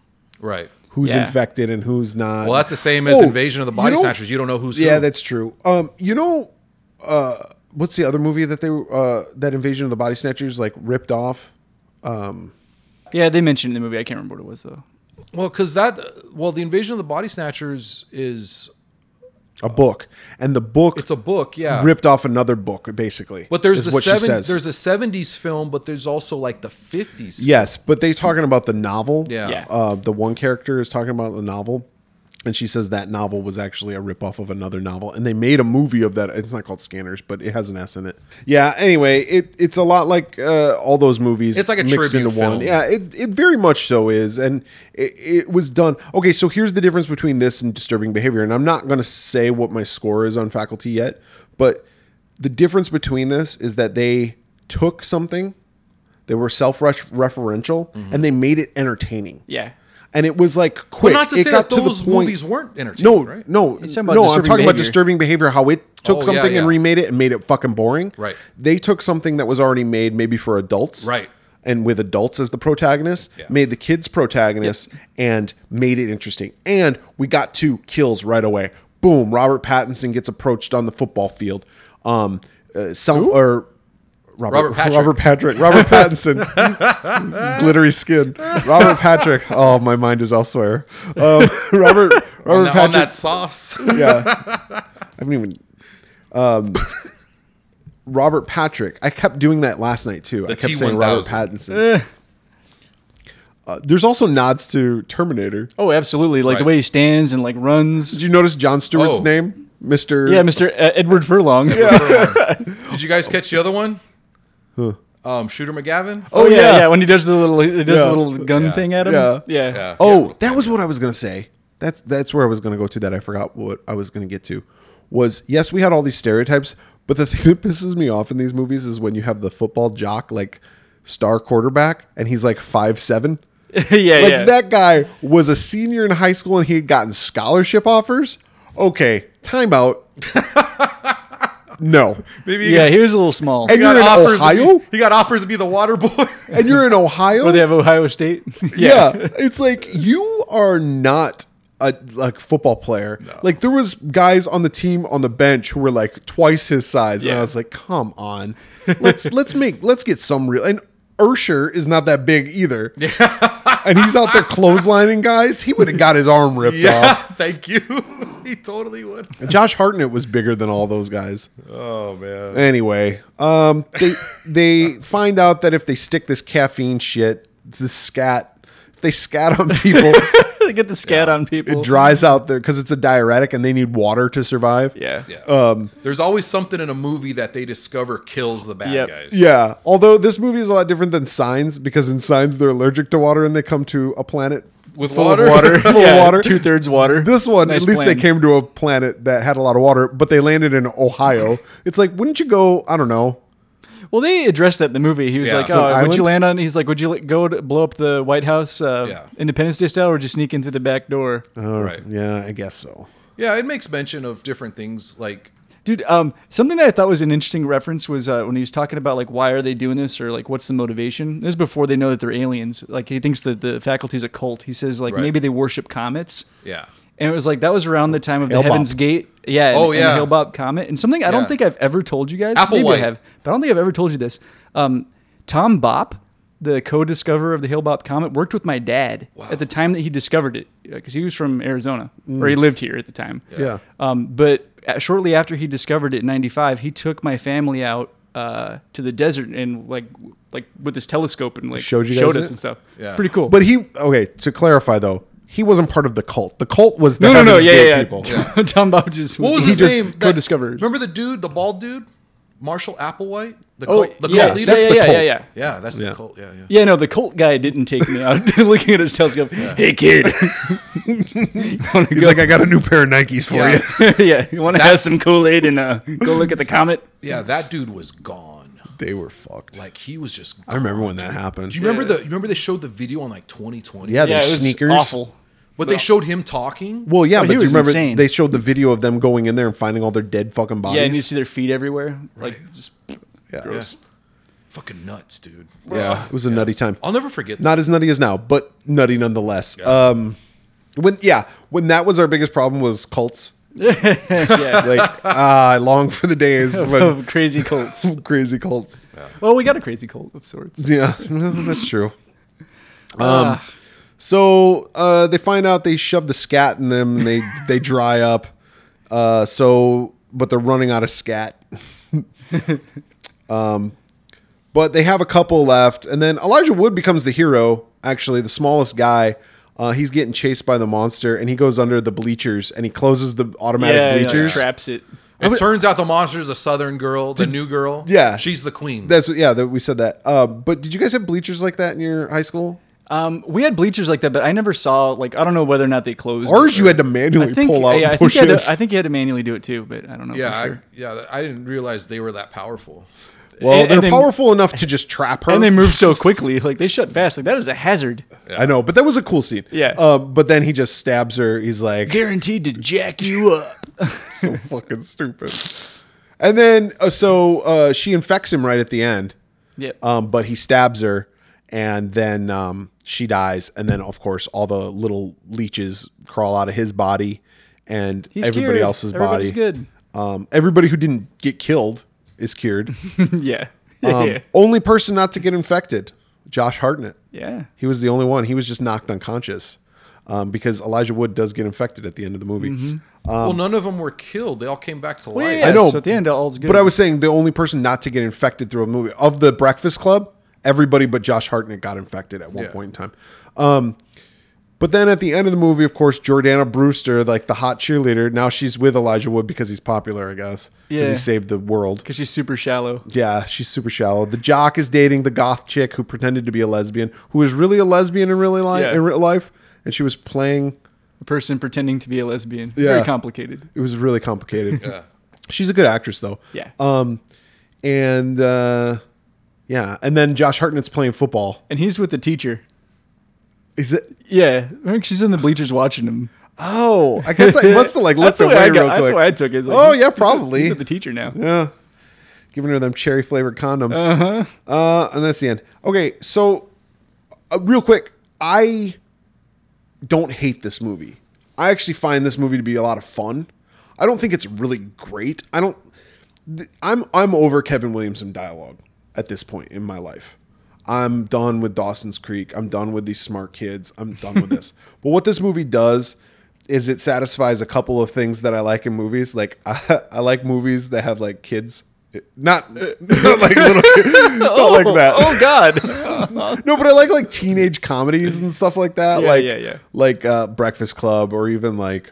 A: right.
B: who's
C: Yeah.
B: infected and who's not.
A: Well, that's the same as
B: Oh,
A: Invasion of the
B: you
A: Body
B: know-
A: Snatchers. You don't know who's
B: Yeah,
A: who.
B: that's true. Um, you know, uh, what's the other movie that they were- uh that Invasion of the Body Snatchers like ripped off?
C: Yeah, they mentioned it in the movie. I can't remember what it was though.
A: well because that well the Invasion of the Body Snatchers is
B: A book, and the book
A: it's a book. Yeah,
B: ripped off another book, basically.
A: but there's
B: is
A: the seven, there's a '70s film, but there's also like the '50s.
B: yes, but they talking about the novel.
A: Yeah.
C: Yeah.
B: Uh, the one character is talking about the novel, And she says that novel was actually a ripoff of another novel, and they made a movie of that. It's not called Scanners, but it has an S in it. Yeah. Anyway, it it's a lot like uh, all those movies.
A: It's like a tribute film.
B: Yeah, it, it very much so is, and it, it was done. Okay, so here's the difference between this and disturbing behavior, and I'm not going to say what my score is on faculty yet, but the difference between this is that they took something, they were self-referential, and they made it entertaining.
C: Yeah.
B: And it was like quick.
A: not to
B: it
A: say
B: got
A: that
B: to the
A: those
B: point-
A: movies weren't entertaining.
B: no,
A: right?
B: no,
C: It's
B: no. I'm talking
C: talking about disturbing
B: about
C: behavior.
B: disturbing behavior. How it took
A: Oh, yeah,
B: something
A: yeah.
B: and remade it and made it fucking boring.
A: Right.
B: They took something that was already made, maybe for adults.
A: Right.
B: And with adults as the protagonist,
A: Yeah.
B: made the kids protagonists and made it interesting. And we got two kills right away. Boom! Robert Pattinson gets approached on the football field. Um, uh, some or. Robert,
A: Robert Patrick.
B: Robert Patrick. Robert
A: [LAUGHS]
B: Pattinson. Glittery skin. Robert Patrick. Oh, my mind is elsewhere. Um, [LAUGHS] Robert Robert
A: on, that- on
B: Patrick
A: that sauce. [LAUGHS]
B: yeah. I haven't even. Um, Robert Patrick. I kept doing that last night too. I kept saying Robert Pattinson.
C: Eh.
B: Uh, there's also nods to Terminator.
C: Oh, absolutely. Like the
A: Right.
C: way he stands and like runs.
B: Did you notice John Stewart's
A: Oh.
B: name, Mister?
C: Yeah, Mr. Uh, Edward Furlong. Yeah.
A: Did you guys catch the other one? Um, Shooter McGavin.
C: [LAUGHS] Oh, yeah,
B: yeah.
C: yeah. When he does the little, he does
B: Yeah.
C: the little gun thing at him.
B: Yeah.
C: Yeah.
A: Yeah.
B: Oh, that was what I was gonna say. That's that's where I was gonna go to. That I forgot what I was gonna get to. Was yes, we had all these stereotypes, but the [LAUGHS] thing that pisses me off in these movies is when you have the football jock like star quarterback, and he's like five seven.
C: [LAUGHS] yeah.
B: like
C: yeah.
B: that guy was a senior in high school and he had gotten scholarship offers. Okay, timeout.
A: [LAUGHS]
B: no,
A: Maybe he
C: yeah.
A: got,
C: He was a little small.
B: and
A: he got
B: you're in
A: offers.
B: Ohio,
A: He got offers to be the water boy. [LAUGHS]
B: and you're in Ohio.
C: Where they have Ohio State. [LAUGHS]
B: yeah. it's like you are not a like football player. Like there was guys on the team on the bench who were like twice his size, and I
C: Yeah.
B: was like, come on, let's let's make let's get some real. And Ursher is not that big either, and he's out there clotheslining guys. He would have got his arm ripped
A: yeah,
B: off.
A: [LAUGHS] thank you. he totally would.
B: Josh Hartnett was bigger than all those guys.
A: Oh man.
B: Anyway, um, they they find out that if they stick this caffeine shit, the scat, if they scat on people,
C: they get the scat on people.
B: it dries out there because it's a diuretic and they need water to survive.
C: yeah.
A: Yeah. There's always something in a movie that they discover kills the bad
C: Yep.
A: guys.
B: Yeah. Although this movie is a lot different than Signs because in Signs they're allergic to water and they come to a planet
A: With
B: full
A: water?
B: of water, full of water.
C: Two thirds water.
B: This one,
C: Nice
B: at least
C: plan.
B: they came to a planet that had a lot of water, but they landed in Ohio. It's like, wouldn't you go? I don't know.
C: Well, they addressed that in the movie. He was
A: Yeah.
C: like,
A: So
C: "Oh,
B: an
C: would you
B: island?
C: land on?" He's like, "Would you like, go to blow up the White House uh,
A: Yeah.
C: Independence Day style, or just sneak in through the back door?"
B: Uh,
A: Right.
B: Yeah, I guess so.
A: Yeah, it makes mention of different things like
C: Dude, um, something that I thought was an interesting reference was uh, when he was talking about like why are they doing this or like what's the motivation. This is before they know that they're aliens. Like he thinks that the faculty's a cult. He says like
A: Right.
C: maybe they worship comets.
A: yeah.
C: And it was like that was around the time of the
B: Hale-Bopp.
C: Heaven's Gate, yeah, and,
A: Oh,
C: and
A: yeah.
C: the Hale-Bopp comet, and something I
A: Yeah.
C: don't think I've ever told you guys.
A: Apple
C: Maybe
A: White.
C: I have, but I don't think I've ever told you this. Um, Tom Bopp, the co-discoverer of the Hale-Bopp comet, worked with my dad at the time that he discovered it because he was from Arizona or he lived here at the time.
B: Mm. Yeah.
C: Um, but uh, shortly after he discovered it in '95, he took my family out uh, to the desert and like w- like with his telescope and like
B: Showed you guys
C: showed
B: it?
C: us and stuff.
A: Yeah.
C: It's pretty cool.
B: But he okay. To clarify though, he wasn't part of the cult. The cult was the
C: no, no, no,
B: Heaven's
C: yeah,
B: Gate
C: yeah, yeah.
B: people.
C: [LAUGHS] Tom Bopp just
A: What was
C: he
A: his
C: just
A: name? That-
C: co-discovered.
A: Remember the dude, the bald dude, Marshall Applewhite, the
C: Oh,
A: cult, the
C: yeah,
A: cult leader.
B: that's
C: yeah,
B: the
C: yeah,
B: cult.
C: yeah, yeah.
A: yeah, that's
B: Yeah.
A: the cult. Yeah, yeah.
C: Yeah, no, the cult guy didn't take me out. [LAUGHS] Looking at his telescope, hey kid, [LAUGHS] You wanna
B: He's
C: go-
B: like, I got a new pair of Nikes for
A: Yeah.
B: you. [LAUGHS]
C: [LAUGHS] yeah, you want to have some Kool Aid and uh, go look at the comet?
A: Yeah, that dude was gone.
B: They were fucked.
A: Like he was just.
B: I remember when that happened.
A: Do you remember the? You remember they showed the video on like 2020.
B: yeah, their
C: it was
B: sneakers.
C: Awful.
A: But they showed him talking.
B: Well, yeah, but
C: he
B: do you
C: was
B: remember
C: insane.
B: they showed the video of them going in there and finding all their dead fucking bodies.
C: Yeah, and you see their feet everywhere. Like, just,
B: yeah.
A: Yeah.
B: Gross.
A: Fucking nuts, dude.
B: Yeah. it was a nutty time.
A: I'll never forget.
B: Not as nutty as now, but nutty nonetheless. Um, when yeah, when that was our biggest problem was
C: [LAUGHS]
B: cults.
C: yeah,
B: [LAUGHS] Like ah, I long for the days when
C: [LAUGHS] of crazy cults.
B: [LAUGHS] crazy cults.
C: Well, we got a crazy cult of sorts.
B: Yeah, [LAUGHS] that's true.
C: Ah.
B: Um, so uh, they find out they shove the scat in them.
C: [LAUGHS]
B: And they they dry up. Uh, so but they're running out of
C: [LAUGHS]
B: scat. um, but they have a couple left, and then Elijah Wood becomes the hero. Actually, the smallest guy. Uh, he's getting chased by the monster, and he goes under the bleachers, and he closes the automatic
C: yeah, yeah,
B: bleachers.
C: traps it.
A: It turns out the monster's a southern girl, the new girl.
B: Yeah.
A: she's the queen.
B: That's yeah. That we said that. Uh, but did you guys have bleachers like that in your high school?
C: Um, we had bleachers like that, but I never saw like I don't know whether or not they closed.
B: Ours,
C: it.
B: you had to manually
C: I think,
B: pull out.
C: yeah, I
B: and
C: think,
B: push
C: you had
B: in.
C: to, I think you had to manually do it too, but I don't know.
A: yeah,
C: for sure.
A: I, yeah. I didn't realize they were that powerful.
B: well,
C: and-
B: they're
C: and they-
B: powerful enough to just trap her.
C: and they move so quickly, [LAUGHS] like they shut fast. Like that is a hazard,
B: I know, but that was a cool scene.
C: Yeah.
B: Um, but then he just stabs her. He's like,
C: guaranteed to jack you up.
B: so [LAUGHS] fucking stupid. And then, uh, so uh, she infects him right at the end,
C: Yep.
B: um, but he stabs her, and then um, she dies. And then, of course, all the little leeches crawl out of his body and
C: He's
B: everybody
C: cured.
B: else's
C: Everybody's
B: body.
C: good.
B: Um, everybody who didn't get killed is cured.
C: yeah.
B: Um,
C: [LAUGHS] yeah.
B: Only person not to get infected, Josh Hartnett.
C: Yeah.
B: He was the only one. He was just knocked unconscious um, because Elijah Wood does get infected at the end of the movie.
C: Mm-hmm.
B: Um,
A: well, none of them were killed. They all came back to life.
B: I know,
C: So at the end, all's good.
B: But I was saying the only person not to get infected through a movie of the Breakfast Club, everybody but Josh Hartnett got infected at one
A: Yeah.
B: point in time. Um, but then at the end of the movie, of course, Jordana Brewster, like the hot cheerleader, now she's with Elijah Wood because he's popular, I guess. Because
C: Yeah.
B: he saved the world.
C: because she's super shallow.
B: Yeah, she's super shallow. The jock is dating the goth chick who pretended to be a lesbian, who is really a lesbian in really li-
C: Yeah.
B: in real life, and she was playing.
C: A person pretending to be a lesbian.
B: Yeah.
C: Very complicated.
B: It was really complicated.
A: Yeah.
B: She's a good actress though.
C: Yeah.
B: Um, and uh, yeah, and then Josh Hartnett's playing football.
C: and he's with the teacher.
B: Is it?
C: Yeah. I think she's in the bleachers watching him.
B: Oh, I guess I must have like looked
C: [LAUGHS] that's the way
B: away
C: I
B: real
C: got,
B: quick.
C: That's why I took it. It's like,
B: oh
C: he's-
B: yeah,
C: he's with-
B: probably.
C: He's with the teacher now.
B: yeah, giving her them cherry flavored condoms. Uh-huh. and that's the end. Okay, so uh, real quick, I don't hate this movie. I actually find this movie to be a lot of fun. I don't think it's really great. I don't. th- I'm I'm over Kevin Williamson dialogue at this point in my life. I'm done with Dawson's Creek. I'm done with these smart kids. I'm done with
C: [LAUGHS]
B: this. But what this movie does is it satisfies a couple of things that I like in movies. Like [LAUGHS] I, I like movies that have like kids, not, [LAUGHS] not like
C: [LAUGHS]
B: little, kids, not like that
C: Oh
B: [LAUGHS]
C: God.
B: no, but I like like teenage comedies and stuff like that.
C: Yeah,
B: like
C: yeah, yeah.
B: Like uh, Breakfast Club or even like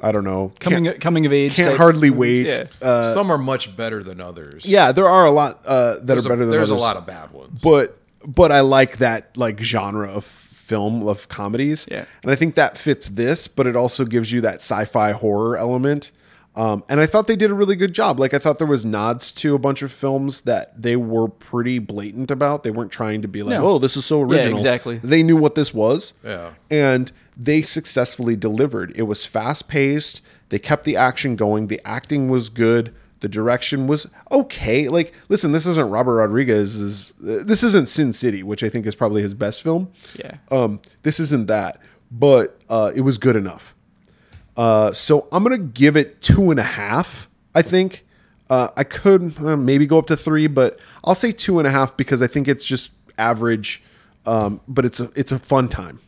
B: I don't know.
C: coming
B: can't,
C: coming of age.
B: can't
C: type
B: hardly wait.
C: movies. Yeah.
B: Yeah. Uh,
A: Some are much better than others.
B: yeah, there are a lot uh, that
A: there's,
B: are
A: a,
B: better than
A: there's a
B: others,
A: lot of bad ones.
B: But but I like that like genre of film of comedies.
C: Yeah.
B: And I think that fits this, but it also gives you that sci-fi horror element. Um, and I thought they did a really good job. Like I thought there was nods to a bunch of films that they were pretty blatant about. They weren't trying to be like,
C: No.
B: "Oh, this is so original."
C: exactly.
B: They knew what this was.
A: Yeah.
B: And they successfully delivered. It was fast paced. They kept the action going. The acting was good. The direction was okay. Like, listen, this isn't Robert Rodriguez's. uh, This isn't Sin City, which I think is probably his best film.
C: Yeah.
B: Um, this isn't that, but uh, it was good enough. Uh, so I'm gonna give it two and a half. I think uh, I could uh, maybe go up to three, but I'll say two and a half because I think it's just average. Um, but it's a it's a fun time.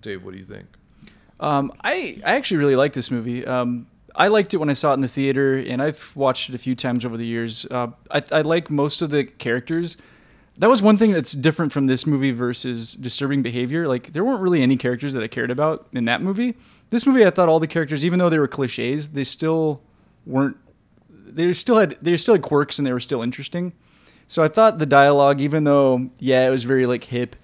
A: Dave, what do you think?
C: Um, I I actually really like this movie. Um, I liked it when I saw it in the theater, and I've watched it a few times over the years. Uh, I, I like most of the characters. That was one thing that's different from this movie versus Disturbing Behavior. Like there weren't really any characters that I cared about in that movie. This movie, I thought all the characters, even though they were cliches, they still weren't. They still had they still had quirks, and they were still interesting. So I thought the dialogue, even though yeah, it was very like hip,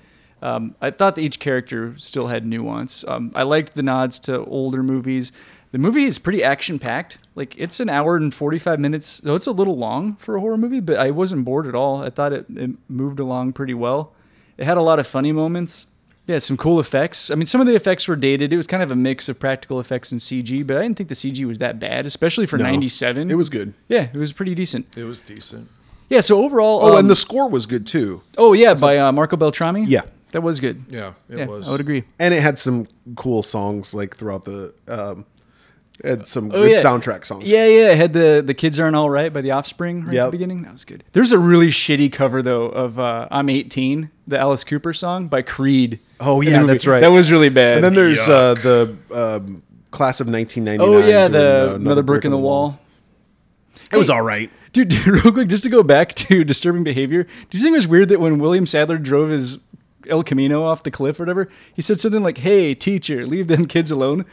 C: um, I thought that each character still had nuance. Um, I liked the nods to older movies. The movie is pretty action packed. Like it's an hour and forty five minutes, so it's a little long for a horror movie. But I wasn't bored at all. I thought it, it moved along pretty well. It had a lot of funny moments. Yeah, some cool effects. I mean, some of the effects were dated. It was kind of a mix of practical effects and CG, but I didn't think the CG was that bad, especially for
B: No,
C: '97.
B: It was good.
C: yeah, it was pretty decent.
A: It was decent.
C: Yeah, so overall,
B: Oh,
C: um,
B: and the score was good too.
C: Oh yeah, by uh, Marco Beltrami.
B: Yeah.
C: that was good.
A: Yeah, it
C: yeah,
A: was.
C: I would agree.
B: And it had some cool songs like throughout the um it had some
C: Oh,
B: good
C: yeah.
B: soundtrack songs.
C: Yeah, yeah. I had the the kids aren't all right by the Offspring right at
B: Yep.
C: the beginning. That was good. There's a really shitty cover though of uh, I'm 18, the Alice Cooper song by Creed.
B: Oh,
C: in the
B: yeah,
C: movie.
B: that's right.
C: That was really bad.
B: And then there's uh the um class of 1999
C: oh yeah,
B: doing,
C: the
B: uh,
C: another, brick, in the, wall.
B: It was all right.
C: Dude, [LAUGHS] real quick, just to go back to disturbing behavior. Do you think it was weird that when William Sadler drove his El Camino off the cliff or whatever, he said something like, "Hey, teacher, leave them kids alone."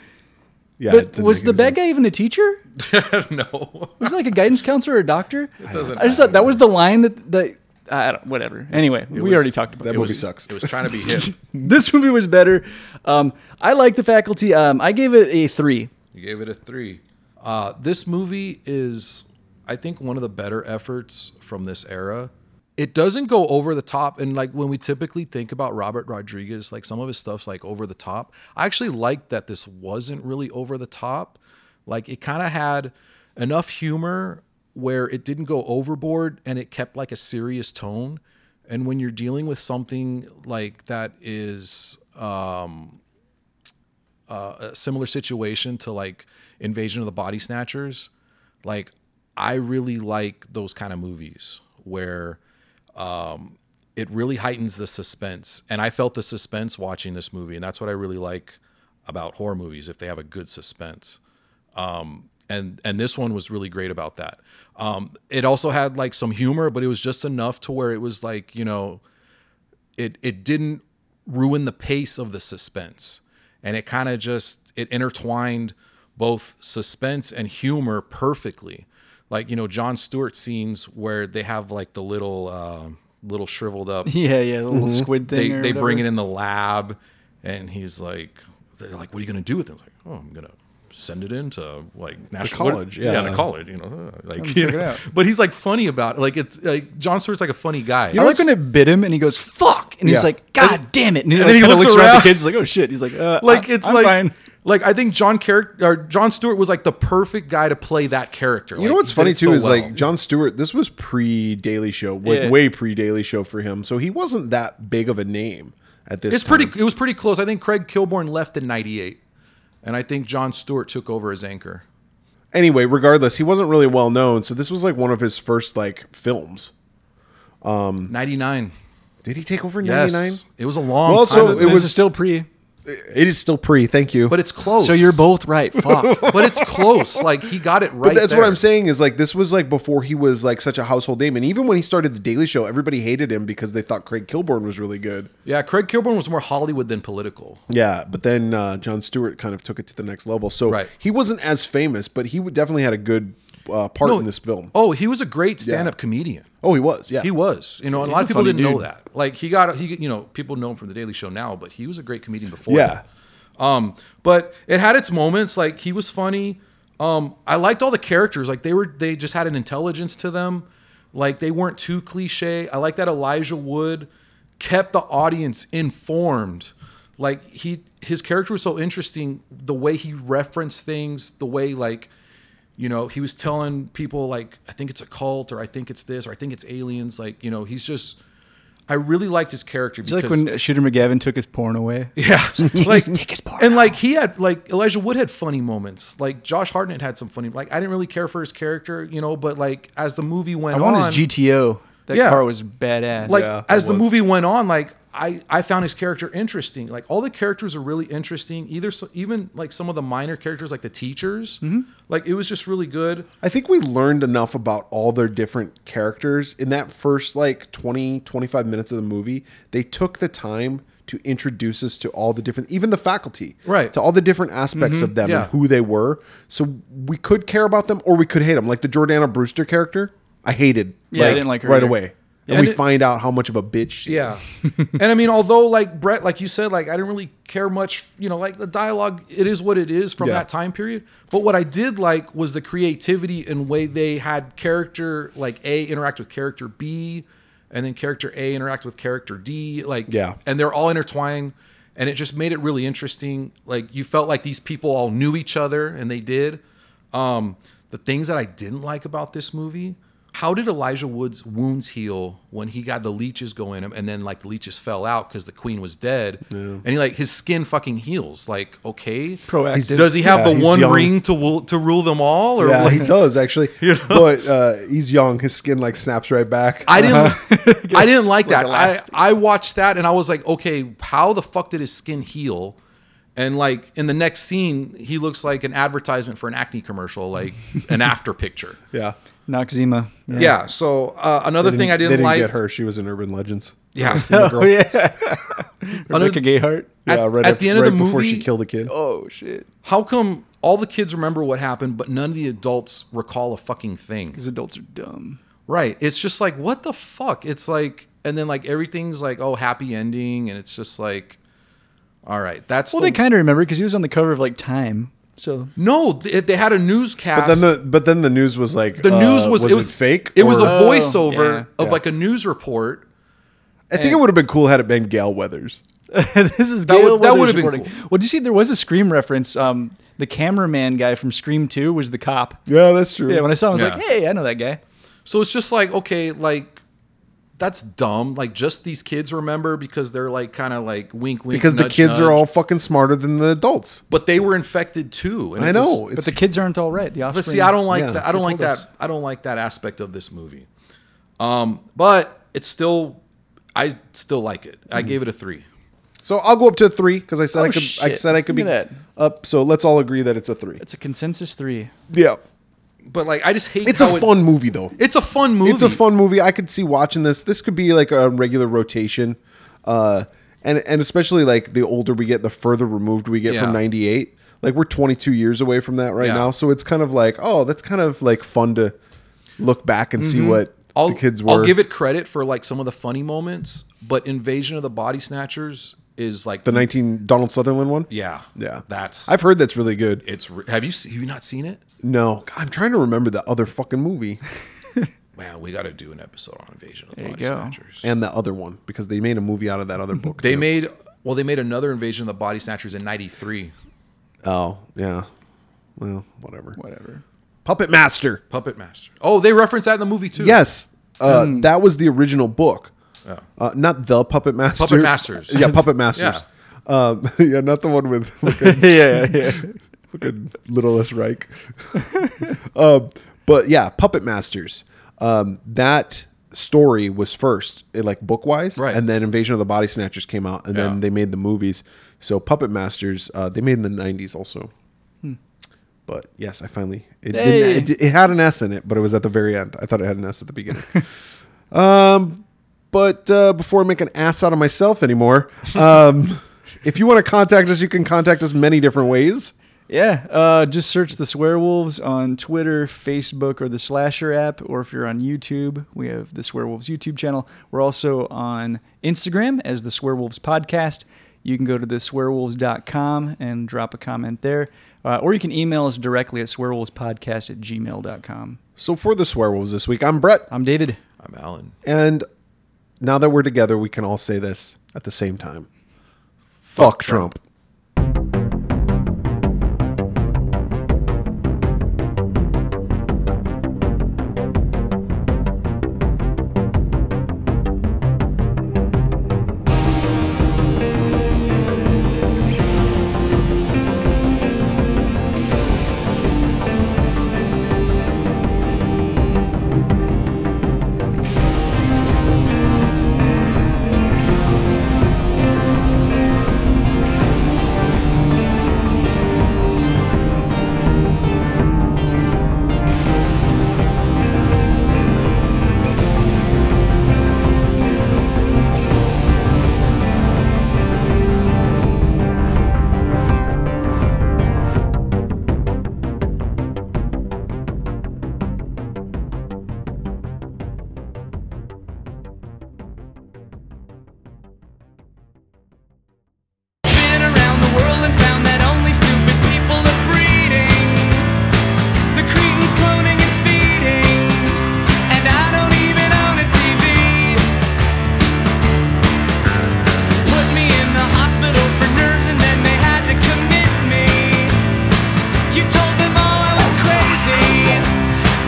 B: Yeah, it
C: But
B: didn't
C: was
B: make
C: the
B: any
C: bad
B: sense.
C: guy even a teacher?
A: [LAUGHS] no.
C: Was he like a guidance counselor or a doctor?
A: doesn't
C: I just thought that was the line that that I don't, whatever. Anyway, we
A: was-
C: already talked about
B: That
C: it.
B: movie
A: was-
B: sucks.
A: It was trying to [LAUGHS] be hip.
C: [LAUGHS] This movie was better. Um, I like the faculty. Um, I gave it a three.
A: You gave it a three. Uh, this movie is, I think, one of the better efforts from this era. It doesn't go over the top, and like when we typically think about Robert Rodriguez, like some of his stuff's like over the top. I actually liked that this wasn't really over the top. Like it kind of had enough humor where it didn't go overboard and it kept like a serious tone. And when you're dealing with something like that is a similar situation to like Invasion of the Body Snatchers. Like I really like those kind of movies where um, it really heightens the suspense, and I felt the suspense watching this movie, and that's what I really like about horror movies if they have a good suspense. Um, and and this one was really great about that. Um, it also had like some humor, but it was just enough to where it was like you know it it didn't ruin the pace of the suspense and it kind of just it intertwined both suspense and humor perfectly like you know john stewart scenes where they have like the little um little shriveled up
C: Yeah, yeah, the little squid thing.
A: they,
C: or
A: they bring it
C: whatever.
A: in the lab and he's like they're like what are you going to do with it I was like oh i'm going to send it into like national
B: college,
A: yeah,
B: yeah.
A: the college you know uh, like
C: check
A: you know.
C: it out.
A: but he's like funny about it like it's like john stewart's like a funny guy
C: I like when it bit him and he goes, fuck! And he's
B: Yeah.
C: like, God damn it. And,
A: then he
C: kinda
A: looks
C: around at
A: around.
C: the kids he's like, oh shit. He's like, uh,
A: like
C: I-
A: it's
C: I'm
A: like
C: fine.
A: like I think John character or John Stewart was like the perfect guy to play that character.
B: You know what's funny too is like John Stewart. This was pre Daily Show, like
C: Yeah.
B: way pre Daily Show for him. So he wasn't that big of a name at this.
A: it's pretty.
B: time.
A: It was pretty close. I think Craig Kilborn left in '98, and I think John Stewart took over as anchor.
B: Anyway, regardless, he wasn't really well known. So this was like one of his first like films.
A: '99.
B: Did he take over in
A: Yes,
B: '99?
A: it was Oh, a long.
B: Well,
A: time
B: so
A: ago,
B: it
C: It was
B: was-
C: still pre.
B: It is still pre. Thank you.
A: but it's close.
C: So you're both right. Fuck.
A: But it's close. Like he got it right.
B: But that's what
A: there.
B: I'm saying is like this was like before he was like such a household name, and even when he started the Daily Show, everybody hated him because they thought Craig Kilborn was really good.
A: Yeah, Craig Kilborn was more Hollywood than political.
B: Yeah, but then uh, John Stewart kind of took it to the next level. So
A: Right.
B: he wasn't as famous, but he would- definitely had a good uh, part in this film.
A: Oh, he was a great stand-up comedian.
B: Oh, he was. Yeah,
A: He was, you know, and
C: He's
A: a lot
C: a
A: of people
C: funny
A: didn't know
C: dude.
A: that. Like he got, he, you know, people know him from the Daily Show now, but he was a great comedian before.
B: Yeah.
A: that. Um, but it had its moments. Like he was funny. Um, I liked all the characters. Like they were, they just had an intelligence to them. Like they weren't too cliche. I like that Elijah Wood kept the audience informed. Like he, his character was so interesting. The way he referenced things, the way like you know he was telling people like i think it's a cult or i think it's this or i think it's aliens like you know he's just i really liked his character
C: It's like when Shooter McGavin took his porn away. [LAUGHS]
A: yeah like
C: take his part
A: and like he had like elijah wood had funny moments like josh hartnett had some funny like i didn't really care for his character you know but like as the movie went
C: I want
A: on
C: his GTO. That
A: Yeah.
C: car was badass.
A: like
B: Yeah,
A: as
B: it
A: the
B: was.
A: movie went on like I, I found his character interesting. Like all the characters are really interesting. Either so, even like some of the minor characters, like the teachers,
C: Mm-hmm.
A: like it was just really good.
B: I think we learned enough about all their different characters in that first like 20, 25 minutes of the movie. They took the time to introduce us to all the different, even the faculty,
A: Right. Mm-hmm.
B: To all the different aspects of them
A: yeah.
B: and who they were. So we could care about them or we could hate them. Like the Jordana Brewster character, I hated.
C: Yeah, I didn't like her
B: right
C: either.
B: away. And,
A: And
B: we
A: it-
B: find out how much of a bitch she
A: Yeah. and I mean, although like Brett, like you said, like I didn't really care much, you know, like the dialogue, it is what it is from
B: Yeah.
A: that time period. But what I did like was the creativity and way they had character like A interact with character B and then character A interact with character D. Like
B: Yeah.
A: and they're all intertwined. And it just made it really interesting. Like you felt like these people all knew each other and they did. Um, the things that I didn't like about this movie, how did Elijah Wood's wounds heal when he got the leeches go in him and then like the leeches fell out because the queen was dead? And he like his skin fucking heals. Like, okay.
C: Proactive.
A: Does he have
B: Yeah,
A: the
B: he's
A: one
B: young.
A: ring to wo- to rule them all? Or
B: Yeah,
A: [LAUGHS] like,
B: he does actually. But uh, he's young. His skin like snaps right back. Uh,
A: I didn't
B: Uh-huh.
A: [LAUGHS] I didn't like that.
C: elastic.
A: I, I watched that and I was like, okay, how the fuck did his skin heal? And like in the next scene, he looks like an advertisement for an acne commercial, like an after picture.
B: Yeah.
C: Noxzema. Yeah.
A: Yeah. So uh, another thing I didn't,
B: they didn't
A: like.
B: get her. She was in Urban
A: [LAUGHS]
B: Legends.
A: Yeah.
B: [LAUGHS]
C: Oh yeah. [LAUGHS] Rebecca Gayheart.
B: yeah, right,
A: at
B: after-
A: the end of
B: right
A: the
B: before she
A: movie-
B: killed a kid.
C: Oh shit.
A: How come all the kids remember what happened, but none of the adults recall a fucking thing?
C: These adults are dumb.
A: Right. It's just like, what the fuck? It's like, and then like everything's like, oh, happy ending. And it's just like, all right. That's
C: Well,
A: the,
C: they kind of remember because he was on the cover of like Time. So
A: No, they, they had a newscast.
B: But then the but then the news was like
A: the
B: uh,
A: news was, it was
B: fake.
A: It was a
B: or-
C: Oh,
A: voiceover
C: yeah.
A: of
B: Yeah.
A: like a news report.
B: I think it would have been cool had it been Gail Weathers.
C: [LAUGHS] this is
A: That
C: Gail
A: would- that
C: Weathers
A: would've been
C: reporting. Well, did you see there was a Scream reference? Um, the cameraman guy from Scream Two was the cop.
B: Yeah, that's true.
C: Yeah, when I saw him, I was like,
A: Yeah.
C: "Hey, I know that guy."
A: So it's just like, okay, like that's dumb. Like just these kids remember because they're like kind of like wink, wink.
B: because the
A: nudge,
B: kids are
A: nudge.
B: all fucking smarter than the adults.
A: but they were infected too. And
B: I
A: it was-
B: know.
C: But
B: It's
C: the kids aren't all right. The offspring.
A: But see, I don't like
B: Yeah,
A: that. I don't
B: they
A: like
B: told
A: that.
B: us.
A: I don't like that aspect of this movie. Um, but it's still, I still like it.
B: Mm-hmm.
A: I gave it a three.
B: so I'll go up to a three because I said
C: Oh,
B: I could. I
C: shit.
B: said I could
C: Look
B: be
C: at that.
B: up. So let's all agree that it's a three.
C: It's a consensus three.
B: Yeah,
A: But like, I just hate.
B: it's a
A: how it-
B: fun movie though.
A: it's a fun movie.
B: It's a fun movie. I could see watching this. This could be like a regular rotation, uh, and and especially like the older we get, the further removed we get
A: Yeah.
B: from '98. Like we're 22 years away from that right
A: Yeah.
B: now, so it's kind of like, oh, that's kind of like fun to look back and see what
A: Mm-hmm. I'll,
B: the kids were.
A: I'll give it credit for like some of the funny moments, but Invasion of the Body Snatchers is like
B: the 19 Donald Sutherland one.
A: Yeah,
B: yeah,
A: That's
B: I've heard that's really good.
A: it's. re- Have you se- have you not seen it?
B: No, I'm trying to remember the other fucking movie
A: Man, we got to do an episode on Invasion of the
C: There you
A: Body
C: go.
A: Snatchers.
B: and the other one because they made a movie out of that
A: [LAUGHS]
B: other book.
A: They
B: too.
A: made well, they made another Invasion of the Body Snatchers in '93.
B: oh yeah, well whatever.
A: [LAUGHS]
C: Whatever.
B: Puppet Master.
A: Puppet Master. Oh, they reference that in the movie too.
B: Yes, uh, that was the original book.
A: Yeah.
B: Uh, not the Puppet Master.
A: Puppet Masters.
B: [LAUGHS] Yeah, Puppet Masters. Um, [LAUGHS] yeah, not the one with [LAUGHS] fucking,
C: yeah, yeah. [LAUGHS]
B: fucking Littlest Reich. [LAUGHS] um, but yeah, Puppet Masters. Um, that story was first, eh, like book wise,
A: Right.
B: and then Invasion of the Body Snatchers came out, and
A: Yeah.
B: then they made the movies. So Puppet Masters, uh, they made in the '90s also.
A: Hmm.
B: But yes, I finally it
C: Hey.
B: didn't. It, di- it had an S in it, but it was at the very end. I thought it had an S at the beginning. [LAUGHS] um, but uh, before I make an ass out of myself anymore, um, [LAUGHS] if you want to contact us, you can contact us many different ways.
C: Yeah, uh, just search the Swearwolves on Twitter, Facebook, or the Slasher app. Or if you're on YouTube, we have the Swearwolves YouTube channel. We're also on Instagram as the Swearwolves Podcast. You can go to the swearwolves.com and drop a comment there. Uh, or you can email us directly at swearwolvespodcast at gmail.com.
B: So for the swearwolves this week, I'm Brett,
C: I'm dated.
A: I'm Alan.
B: and now that we're together, we can all say this at the same time. Fuck, Trump.
D: Been around the world and found that only stupid people are breeding. The cretins cloning and feeding. And I don't even own a TV. Put me in the hospital for nerves and then they had to commit me. You told them all I was crazy.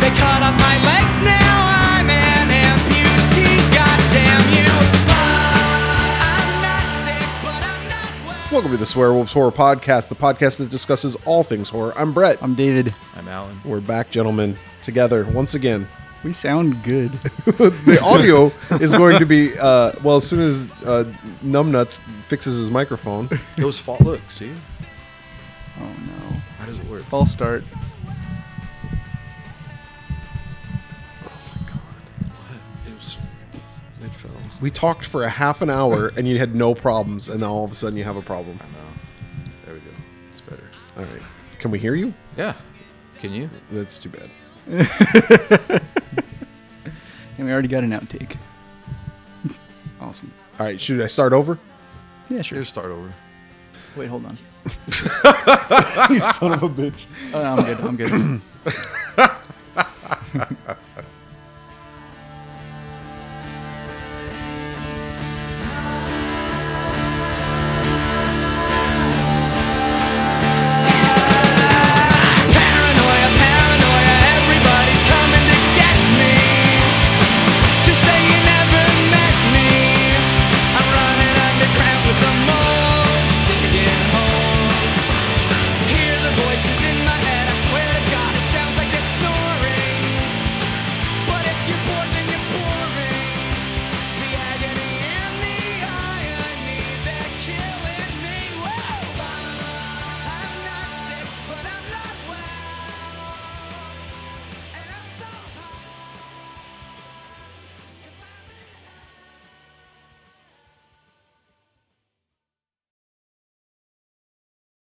D: They cut off my legs, now I'm an amputee. God damn you. I'm not sick, but I'm not well.
B: Welcome to the Swearwolves Horror Podcast, the podcast that discusses all things horror. I'm Brett.
C: I'm David.
A: I'm Alan.
B: We're back, gentlemen, together once again.
C: We sound good.
B: The
A: [LAUGHS]
B: audio is going to be uh, well as soon as uh, Numbnuts fixes his microphone.
A: It was fall. Look, see.
C: Oh no.
A: How does it work?
C: I'll start.
A: It was,
B: It fell. We talked for a half an
A: [LAUGHS]
B: hour and you had no problems, and now all of a sudden you have a problem.
A: no. There we go. It's better.
B: All right. Can we hear you?
A: Yeah. Can you?
B: That's too bad.
C: And we already got an outtake. [LAUGHS] Awesome.
B: All right. Should I start over?
C: Yeah, sure.
A: Just start over.
C: Wait, hold on.
B: [LAUGHS] you son of a bitch.
C: Oh, no, I'm good. I'm good.